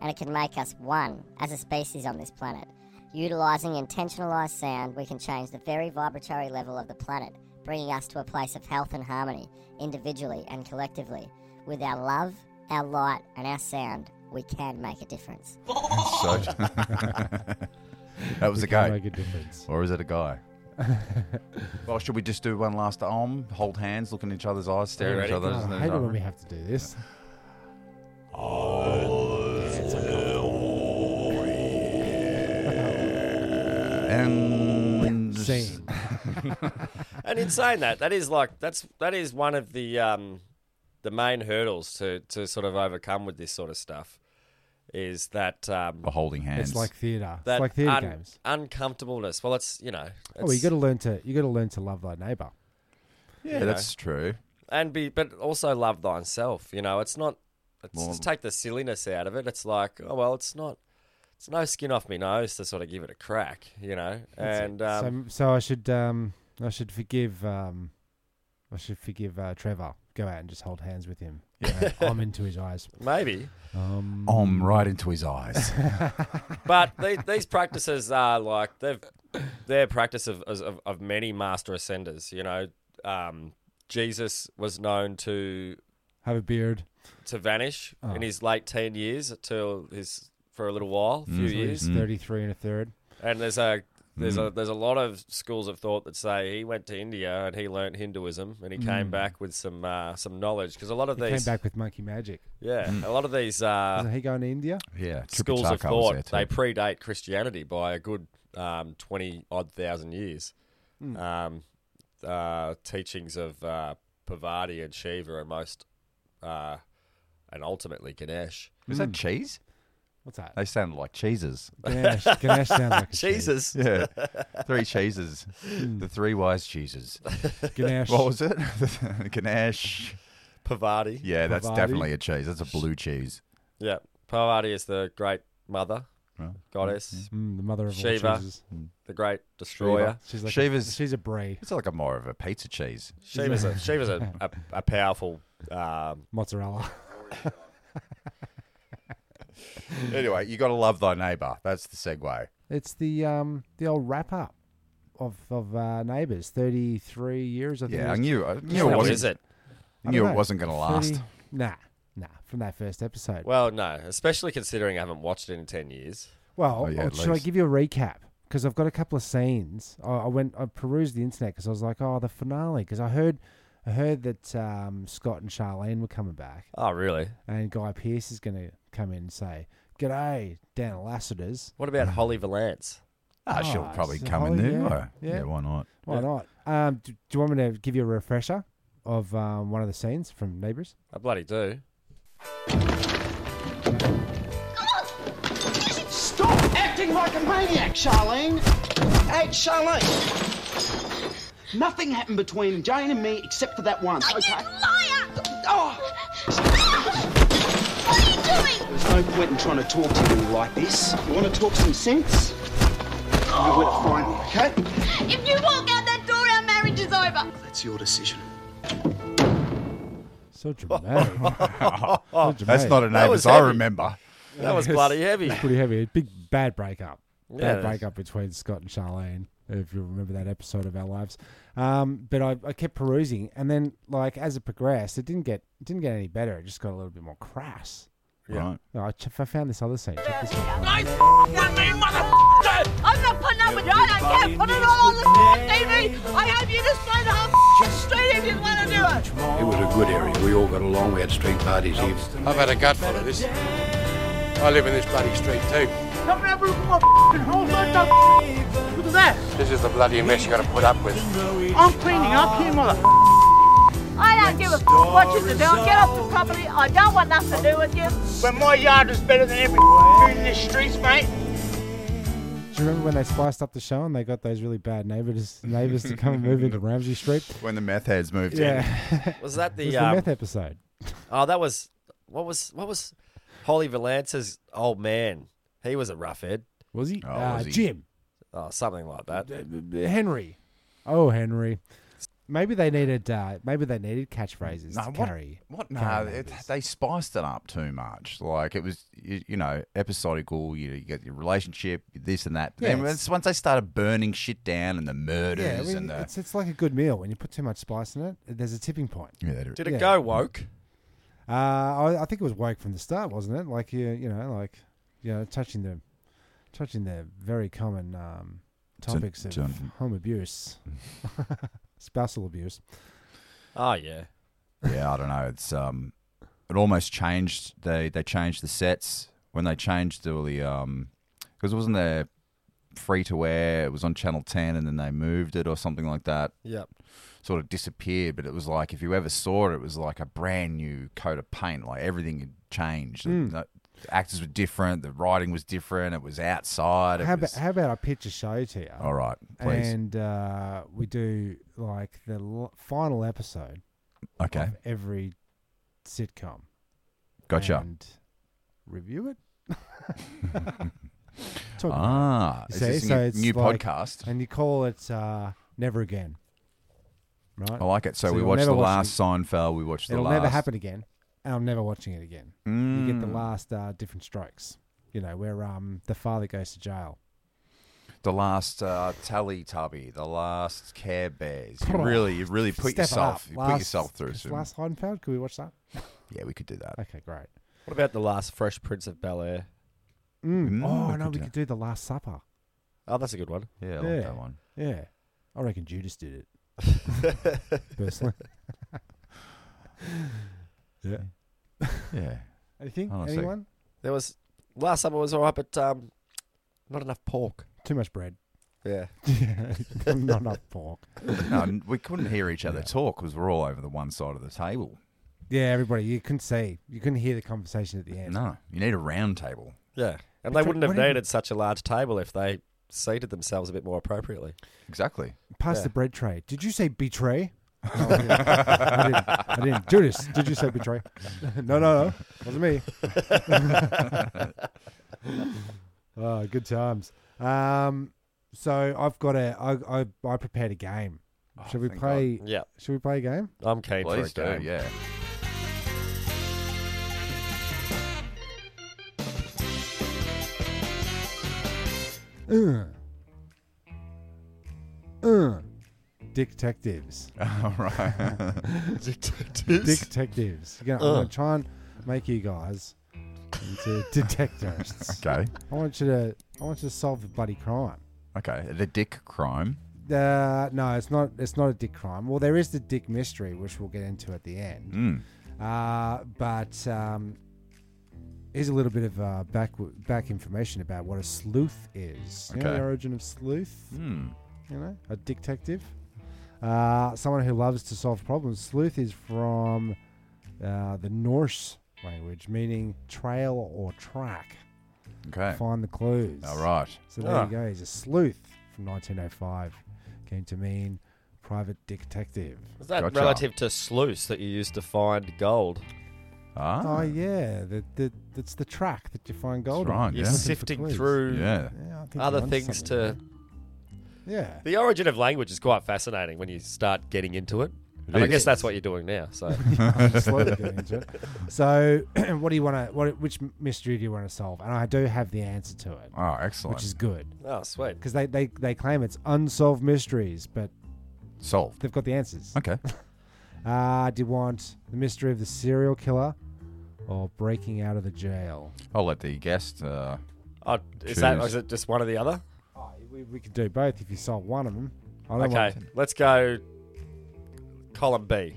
[SPEAKER 7] and it can make us one as a species on this planet. Utilizing intentionalized sound, we can change the very vibratory level of the planet, bringing us to a place of health and harmony, individually and collectively. With our love, our light, and our sound, we can make a difference.
[SPEAKER 2] So, that was a
[SPEAKER 4] Can
[SPEAKER 2] go.
[SPEAKER 4] make a difference.
[SPEAKER 2] Or is it a guy? well, should we just do one last arm, hold hands, look in each other's eyes, stare at
[SPEAKER 3] ready?
[SPEAKER 2] each other?
[SPEAKER 4] Oh, I hate it when we have to do this.
[SPEAKER 2] And
[SPEAKER 4] Scene.
[SPEAKER 3] And in saying that, that is like that's that is one of the um, the main hurdles to to sort of overcome with this sort of stuff is that um,
[SPEAKER 2] We're holding hands.
[SPEAKER 4] It's like theatre.
[SPEAKER 3] that
[SPEAKER 4] It's like theatre
[SPEAKER 3] un-
[SPEAKER 4] games.
[SPEAKER 3] uncomfortableness. Well, it's you know,
[SPEAKER 4] Oh, well, you
[SPEAKER 3] it's-
[SPEAKER 4] got to learn to you got to learn to love thy neighbour.
[SPEAKER 2] yeah,
[SPEAKER 3] know.
[SPEAKER 2] that's true.
[SPEAKER 3] and be but also love thyself. You know, it's not. It's
[SPEAKER 2] Well-
[SPEAKER 3] just take the silliness out of it. It's like, oh well, it's not. It's no skin off my nose to sort of give it a crack. You know, and um,
[SPEAKER 4] so, so I should um I should forgive um I should forgive uh, Trevor. Go out and just hold hands with him. Yeah. I'm into his eyes.
[SPEAKER 3] maybe.
[SPEAKER 4] Um,
[SPEAKER 2] Om right into his eyes.
[SPEAKER 3] But the, these practices are like they've they're practice of, of of many master ascenders. You know, um, Jesus was known to
[SPEAKER 4] have a beard.
[SPEAKER 3] to vanish
[SPEAKER 4] Oh.
[SPEAKER 3] in his late teen years till his for a little while, few years. Mm.
[SPEAKER 4] He's 33 and a third.
[SPEAKER 3] And there's a there's
[SPEAKER 4] Mm-hmm.
[SPEAKER 3] a there's a lot of schools of thought that say he went to India and he learnt Hinduism and he came back with some uh, some knowledge because a lot of
[SPEAKER 4] Mm. He came
[SPEAKER 3] these
[SPEAKER 4] back with Mm. monkey magic.
[SPEAKER 3] yeah a lot of these uh,
[SPEAKER 4] Isn't he going to India?
[SPEAKER 2] yeah,
[SPEAKER 3] schools of
[SPEAKER 2] Tripitaka was there
[SPEAKER 3] thought
[SPEAKER 2] too.
[SPEAKER 3] they predate Christianity by a good um, twenty odd thousand years. Um, uh, teachings of uh, Pavati and Shiva and most uh, and ultimately Ganesh.
[SPEAKER 2] Is that cheese?
[SPEAKER 4] What's that?
[SPEAKER 2] They sounded like cheeses.
[SPEAKER 4] Ganesh, Ganesh sounds like a cheese.
[SPEAKER 3] Jesus,
[SPEAKER 2] Yeah, three cheeses.
[SPEAKER 4] Mm.
[SPEAKER 2] the three wise cheeses.
[SPEAKER 4] Ganesh.
[SPEAKER 2] What was it? Ganesh.
[SPEAKER 3] Pavati.
[SPEAKER 2] Yeah, that's
[SPEAKER 4] Parvati.
[SPEAKER 2] definitely a cheese. That's a blue cheese.
[SPEAKER 3] Yeah, Parvati is the great mother
[SPEAKER 2] Right.
[SPEAKER 3] goddess,
[SPEAKER 4] Mm, the mother of all
[SPEAKER 3] Shiva.
[SPEAKER 4] cheeses.
[SPEAKER 3] the great destroyer.
[SPEAKER 4] She's like a,
[SPEAKER 2] Shiva's-
[SPEAKER 4] she's a brie.
[SPEAKER 2] It's like a more of a pizza cheese.
[SPEAKER 3] Shiva's a Shiva's a, a, a powerful. Um,
[SPEAKER 4] Mozzarella. Mm.
[SPEAKER 2] Anyway, you got to love thy neighbor. That's the segue.
[SPEAKER 4] It's the um the old wrap up of of uh, neighbours. Thirty three years. I think.
[SPEAKER 2] Yeah, I
[SPEAKER 4] was.
[SPEAKER 2] knew. I knew it
[SPEAKER 3] how
[SPEAKER 2] wasn't.
[SPEAKER 3] is it?
[SPEAKER 4] I
[SPEAKER 2] I knew
[SPEAKER 4] don't
[SPEAKER 2] it
[SPEAKER 4] know.
[SPEAKER 2] wasn't going to last.
[SPEAKER 4] 30 Nah, nah. From that first episode.
[SPEAKER 3] Well, no, especially considering I haven't watched it in ten years.
[SPEAKER 4] Well,
[SPEAKER 2] Oh, yeah,
[SPEAKER 4] uh,
[SPEAKER 2] at
[SPEAKER 4] should I
[SPEAKER 2] least.
[SPEAKER 4] give you a recap? Because I've got a couple of scenes. I, I went, I perused the internet because I was like, oh, the finale. Because I heard, I heard that um, Scott and Charlene were coming back,
[SPEAKER 3] Oh, really?
[SPEAKER 4] and Guy Pearce is going to come in and say, "G'day, down at Lassiter's."
[SPEAKER 3] What about Holly Valance?
[SPEAKER 2] Ah, she'll
[SPEAKER 4] Oh,
[SPEAKER 2] probably
[SPEAKER 4] it's a
[SPEAKER 2] come in
[SPEAKER 4] holiday,
[SPEAKER 2] there.
[SPEAKER 4] yeah.
[SPEAKER 2] Yeah.
[SPEAKER 4] Yeah.
[SPEAKER 2] why not?
[SPEAKER 4] Why not? Um, do, do you want me to give you a refresher of um, one of the scenes from Neighbours?
[SPEAKER 3] I bloody do.
[SPEAKER 8] Stop acting like a maniac, Charlene. Hey, Charlene. Nothing happened between Jane and me except for that once, okay?
[SPEAKER 9] liar!
[SPEAKER 8] Oh,
[SPEAKER 9] Ah! What are you doing?
[SPEAKER 8] there's no point in trying to talk to you like this. You want to talk some sense? You know where to find me, okay?
[SPEAKER 9] If you walk out that door, our marriage is over.
[SPEAKER 8] That's your decision.
[SPEAKER 4] So dramatic. So
[SPEAKER 2] That's
[SPEAKER 4] dramatic.
[SPEAKER 2] not a
[SPEAKER 3] That was
[SPEAKER 2] neighbours I
[SPEAKER 3] heavy.
[SPEAKER 2] remember.
[SPEAKER 3] That was bloody heavy.
[SPEAKER 4] pretty heavy. Big bad breakup.
[SPEAKER 3] Yeah.
[SPEAKER 4] Bad breakup between Scott and Charlene. If you remember that episode of our lives, um, but I, I kept perusing, and then like as it progressed, it didn't get it didn't get any better. It just got a little bit more crass.
[SPEAKER 2] Right.
[SPEAKER 4] No, I, ch- I found this other scene. Check this one. out.
[SPEAKER 9] I want me, mother. I'm not putting up with you. I don't care. Put it all on the fucking TV. I hope you display the whole street if you want to do it.
[SPEAKER 10] It was a good area. We all got along. We had street parties here. I've had a gutful of this. I live in this bloody street too.
[SPEAKER 8] Come out of my f***ing home, don't f- Look at that.
[SPEAKER 10] This is the bloody mess you got to put up with.
[SPEAKER 8] I'm cleaning up here, mother.
[SPEAKER 9] I don't give a f- what you do. Get off the property. I don't want nothing to do with you.
[SPEAKER 8] But my yard is better than every f- in the streets, mate.
[SPEAKER 4] Do you remember when they spiced up the show and they got those really bad neighbors neighbors to come and move into Ramsey Street?
[SPEAKER 2] When the meth heads moved
[SPEAKER 4] Yeah,
[SPEAKER 3] Was that
[SPEAKER 4] it
[SPEAKER 3] the?
[SPEAKER 4] was the
[SPEAKER 3] Um,
[SPEAKER 4] meth episode.
[SPEAKER 3] oh, that was. What was? What was? Holly Valance's old man. He was a roughhead.
[SPEAKER 4] Was he?
[SPEAKER 2] Oh,
[SPEAKER 4] uh,
[SPEAKER 2] was he?
[SPEAKER 4] Jim
[SPEAKER 3] Oh, something like that.
[SPEAKER 4] Henry. Oh, Henry. Maybe they needed uh, maybe they needed catchphrases
[SPEAKER 2] No,
[SPEAKER 4] to
[SPEAKER 2] what?
[SPEAKER 4] carry.
[SPEAKER 2] what? No,
[SPEAKER 4] carry
[SPEAKER 2] it,
[SPEAKER 4] numbers.
[SPEAKER 2] they spiced it up too much. Like it was, you, you know, episodical. You, you got your relationship, this and that. But
[SPEAKER 4] Yeah,
[SPEAKER 2] then
[SPEAKER 4] it's-
[SPEAKER 2] once, once they started burning shit down and the murders
[SPEAKER 4] yeah, I mean,
[SPEAKER 2] and uh, the
[SPEAKER 4] it's it's like a good meal when you put too much spice in it. There's a tipping point.
[SPEAKER 2] yeah, they did-
[SPEAKER 3] Did it
[SPEAKER 4] Yeah.
[SPEAKER 3] go woke?
[SPEAKER 4] Uh, I, I think it was woke from the start, wasn't it? Like you, you know, like you know, touching the, touching the very common um,
[SPEAKER 2] Turn-
[SPEAKER 4] topics of
[SPEAKER 2] turn-
[SPEAKER 4] home abuse, spousal abuse.
[SPEAKER 3] Oh yeah.
[SPEAKER 2] yeah, I don't know. It's um, it almost changed. They they changed the sets when they changed all the um, because it wasn't there free to wear. It was on Channel Ten, and then they moved it or something like that.
[SPEAKER 3] Yep.
[SPEAKER 2] Sort of disappeared, but it was like if you ever saw it, it was like a brand new coat of paint. Like everything had changed.
[SPEAKER 4] Hmm.
[SPEAKER 2] The, the actors were different. The writing was different. It was outside. It
[SPEAKER 4] How,
[SPEAKER 2] was,
[SPEAKER 4] about how about I pitch a show to you?
[SPEAKER 2] all right, please.
[SPEAKER 4] And uh, we do like the l- final episode
[SPEAKER 2] okay,
[SPEAKER 4] of every sitcom. oh,
[SPEAKER 2] gotcha.
[SPEAKER 4] And review it. Talk about
[SPEAKER 2] ah,
[SPEAKER 4] You
[SPEAKER 2] is
[SPEAKER 4] see,
[SPEAKER 2] this a
[SPEAKER 4] so
[SPEAKER 2] new,
[SPEAKER 4] it's
[SPEAKER 2] new
[SPEAKER 4] like-
[SPEAKER 2] podcast?
[SPEAKER 4] and you call it uh, Never Again. Right?
[SPEAKER 2] I like it. So,
[SPEAKER 4] So
[SPEAKER 2] we
[SPEAKER 4] you'll
[SPEAKER 2] watched
[SPEAKER 4] never
[SPEAKER 2] the
[SPEAKER 4] watch
[SPEAKER 2] last Seinfeld. We watched the
[SPEAKER 4] It'll
[SPEAKER 2] last.
[SPEAKER 4] never happen again. And I'm never watching it again. You get the
[SPEAKER 2] Mm.
[SPEAKER 4] last uh, different strokes. You know, where um the father goes to jail.
[SPEAKER 2] the last uh, Teletubby, the last Care Bears. You
[SPEAKER 4] Come on.
[SPEAKER 2] really, you really put
[SPEAKER 4] Step it
[SPEAKER 2] yourself,
[SPEAKER 4] up.
[SPEAKER 2] you put
[SPEAKER 4] Last-
[SPEAKER 2] yourself through
[SPEAKER 4] is
[SPEAKER 2] some.
[SPEAKER 4] Last Seinfeld, could we watch that?
[SPEAKER 2] Yeah, we could do that.
[SPEAKER 4] Okay, great.
[SPEAKER 3] What about the last Fresh Prince of Bel Air?
[SPEAKER 4] Mm.
[SPEAKER 2] Mm,
[SPEAKER 4] oh
[SPEAKER 2] we
[SPEAKER 4] no,
[SPEAKER 2] could
[SPEAKER 4] we
[SPEAKER 2] do
[SPEAKER 4] could do the Last Supper.
[SPEAKER 3] Oh, that's a good one.
[SPEAKER 2] Yeah, I like
[SPEAKER 4] Yeah.
[SPEAKER 2] that one.
[SPEAKER 4] Yeah, I reckon Judas did it. Personally, yeah.
[SPEAKER 2] Yeah,
[SPEAKER 4] I think
[SPEAKER 2] Hold on a second.
[SPEAKER 4] anyone
[SPEAKER 3] There was last summer was alright, but um, not enough pork.
[SPEAKER 4] too much bread.
[SPEAKER 3] Yeah.
[SPEAKER 4] Yeah, not enough pork.
[SPEAKER 2] no, n- we couldn't hear each other talk because we're all over the one side of the table.
[SPEAKER 4] Yeah, everybody, you couldn't see, you couldn't hear the conversation at the end.
[SPEAKER 2] No, you need a round table.
[SPEAKER 3] Yeah. And
[SPEAKER 4] Because
[SPEAKER 3] they wouldn't have
[SPEAKER 4] what if-
[SPEAKER 3] needed such a large table if they seated themselves a bit more appropriately.
[SPEAKER 2] Exactly.
[SPEAKER 4] Pass
[SPEAKER 3] Yeah.
[SPEAKER 4] the bread tray. Did you say betray? No, I, didn't. I, didn't. I didn't. Judas, did you say betray? no, no, no, wasn't me. oh, good times. Um, so I've got a. I I, I prepared a game.
[SPEAKER 2] Oh,
[SPEAKER 4] should we
[SPEAKER 2] thank
[SPEAKER 4] play?
[SPEAKER 3] Yeah.
[SPEAKER 4] Should we play a game?
[SPEAKER 3] I'm keen
[SPEAKER 2] Please
[SPEAKER 3] for a
[SPEAKER 2] do.
[SPEAKER 3] game.
[SPEAKER 2] Yeah.
[SPEAKER 4] Uh. Uh. Detectives.
[SPEAKER 2] All right.
[SPEAKER 4] Detectives. You're gonna, I'm going to try and make you guys into detectives.
[SPEAKER 2] okay.
[SPEAKER 4] I want you to. I want you to solve the bloody crime.
[SPEAKER 2] Okay. The dick crime.
[SPEAKER 4] Uh, no, it's not. It's not a dick crime. Well, there is the dick mystery, which we'll get into at the end.
[SPEAKER 2] Mm.
[SPEAKER 4] Uh, but um, here's a little bit of uh, back back information about what a sleuth is. You know
[SPEAKER 2] Okay.
[SPEAKER 4] the origin of sleuth.
[SPEAKER 2] Mm.
[SPEAKER 4] You know, a detective. Uh, someone who loves to solve problems. Sleuth is from uh, the Norse language, meaning trail or track.
[SPEAKER 2] Okay.
[SPEAKER 4] Find the clues.
[SPEAKER 2] All right.
[SPEAKER 4] So there
[SPEAKER 3] Ah.
[SPEAKER 4] you go. He's a sleuth from 1905. Came to mean private detective.
[SPEAKER 3] Is that
[SPEAKER 2] Gotcha.
[SPEAKER 3] relative to sluice that you used to find gold?
[SPEAKER 2] Ah.
[SPEAKER 4] Oh, yeah, the, the, that's the track that you find gold
[SPEAKER 2] right,
[SPEAKER 4] on.
[SPEAKER 2] yeah.
[SPEAKER 3] You're
[SPEAKER 2] Looking for
[SPEAKER 3] sifting
[SPEAKER 4] clues.
[SPEAKER 3] through
[SPEAKER 2] Yeah.
[SPEAKER 4] Yeah, I think you
[SPEAKER 3] other
[SPEAKER 4] won
[SPEAKER 3] things
[SPEAKER 4] something
[SPEAKER 3] to.
[SPEAKER 4] there. Yeah,
[SPEAKER 3] The origin of language is quite fascinating when you start getting into it. And I
[SPEAKER 2] is.
[SPEAKER 3] guess that's what you're doing now. So
[SPEAKER 4] I'm slowly getting into it. So, what do you want to? What which mystery do you want to solve? And I do have the answer to it,
[SPEAKER 2] Oh, excellent.
[SPEAKER 4] which is good
[SPEAKER 3] Oh, sweet.
[SPEAKER 4] because they, they they claim it's unsolved mysteries, but
[SPEAKER 2] solved.
[SPEAKER 4] they've got the answers.
[SPEAKER 2] Okay.
[SPEAKER 4] Uh, do you want the mystery of the serial killer or breaking out of the jail?
[SPEAKER 2] I'll let the guest. Uh,
[SPEAKER 3] Oh, is that
[SPEAKER 2] Choose.
[SPEAKER 3] is it just one or the other?
[SPEAKER 4] Oh, we, we could do both if you solve one of them. I don't
[SPEAKER 3] Okay,
[SPEAKER 4] want-
[SPEAKER 3] let's go. Column B.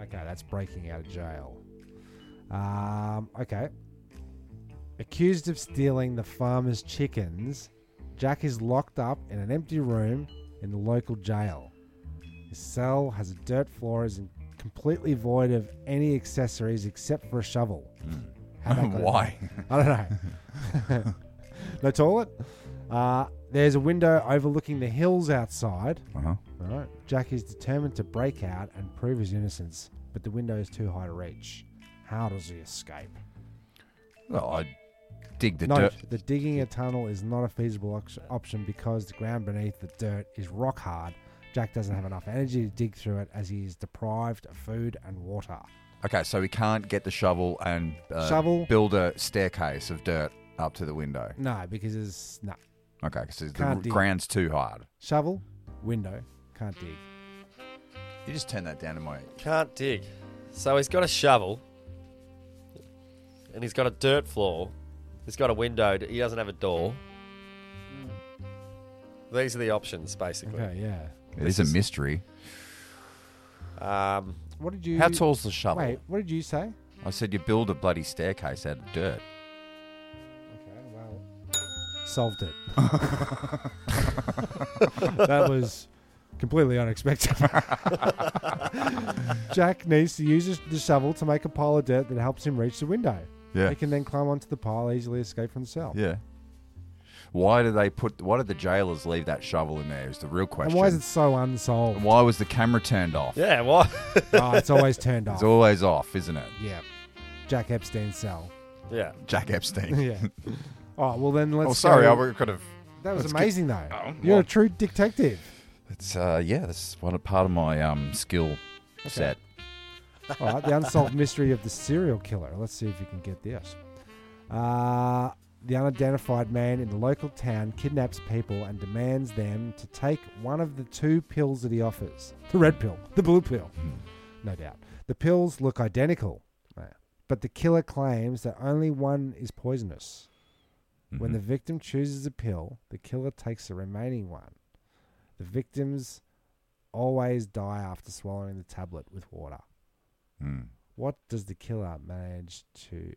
[SPEAKER 4] okay, that's breaking out of jail. Um, okay. Accused of stealing the farmer's chickens, Jack is locked up in an empty room in the local jail. His cell has a dirt floor is completely void of any accessories except for a shovel. How'd that go?
[SPEAKER 2] why?
[SPEAKER 4] I don't know. no toilet. Uh, there's a window overlooking the hills outside.
[SPEAKER 2] Uh-huh.
[SPEAKER 4] All right. Jack is determined to break out and prove his innocence, but the window is too high to reach. How does he escape?
[SPEAKER 2] Well, I dig the
[SPEAKER 4] Note
[SPEAKER 2] dirt.
[SPEAKER 4] that digging a tunnel is not a feasible ox- option because the ground beneath the dirt is rock hard Jack doesn't have enough energy to dig through it as he is deprived of food and water.
[SPEAKER 2] Okay, so we can't get the shovel and uh,
[SPEAKER 4] Shovel.
[SPEAKER 2] build a staircase of dirt up to the window.
[SPEAKER 4] No, because there's no
[SPEAKER 2] Okay, because the
[SPEAKER 4] Can't dig.
[SPEAKER 2] ground's too hard.
[SPEAKER 4] shovel, window, can't dig.
[SPEAKER 2] You just turn that down to my.
[SPEAKER 3] Can't dig. So he's got a shovel, and he's got a dirt floor. He's got a window. He doesn't have a door. These are the options, basically.
[SPEAKER 4] Okay, yeah.
[SPEAKER 2] It is a mystery.
[SPEAKER 3] Um,
[SPEAKER 4] What did you?
[SPEAKER 2] How tall's the shovel?
[SPEAKER 4] Wait, what did you say?
[SPEAKER 2] I said you build a bloody staircase out of dirt.
[SPEAKER 4] Okay, well, solved it. that was completely unexpected. Jack needs to use his- the shovel to make a pile of dirt that helps him reach the window.
[SPEAKER 2] Yeah.
[SPEAKER 4] He can then climb onto the pile, easily escape from the cell.
[SPEAKER 2] Yeah. Why do they put? Why did the jailers leave that shovel in there? Is the real
[SPEAKER 4] And
[SPEAKER 2] question.
[SPEAKER 4] why is it so unsolved?
[SPEAKER 2] And why was the camera turned off?
[SPEAKER 3] yeah. What?
[SPEAKER 4] oh, it's always turned off.
[SPEAKER 2] It's always off, isn't it?
[SPEAKER 4] yeah. Jack Epstein's cell.
[SPEAKER 3] yeah.
[SPEAKER 2] Jack Epstein.
[SPEAKER 4] yeah. All right, well then let's
[SPEAKER 2] oh, sorry,
[SPEAKER 4] go-
[SPEAKER 2] I could have.
[SPEAKER 4] That was
[SPEAKER 2] let's get-
[SPEAKER 4] amazing though.
[SPEAKER 2] Oh,
[SPEAKER 4] You're
[SPEAKER 2] well.
[SPEAKER 4] a true detective.
[SPEAKER 2] It's uh, yeah, that's one part of my um skill set.
[SPEAKER 4] All right, the unsolved mystery of the serial killer. Let's see if you can get this. Uh, the unidentified man in the local town kidnaps people and demands them to take one of the two pills that he offers the red pill, the blue pill. No doubt. The pills look identical, but the killer claims that only one is poisonous. When the victim chooses a pill, the killer takes the remaining one. The victims always die after swallowing the tablet with water
[SPEAKER 2] Mm.
[SPEAKER 4] what does the killer manage to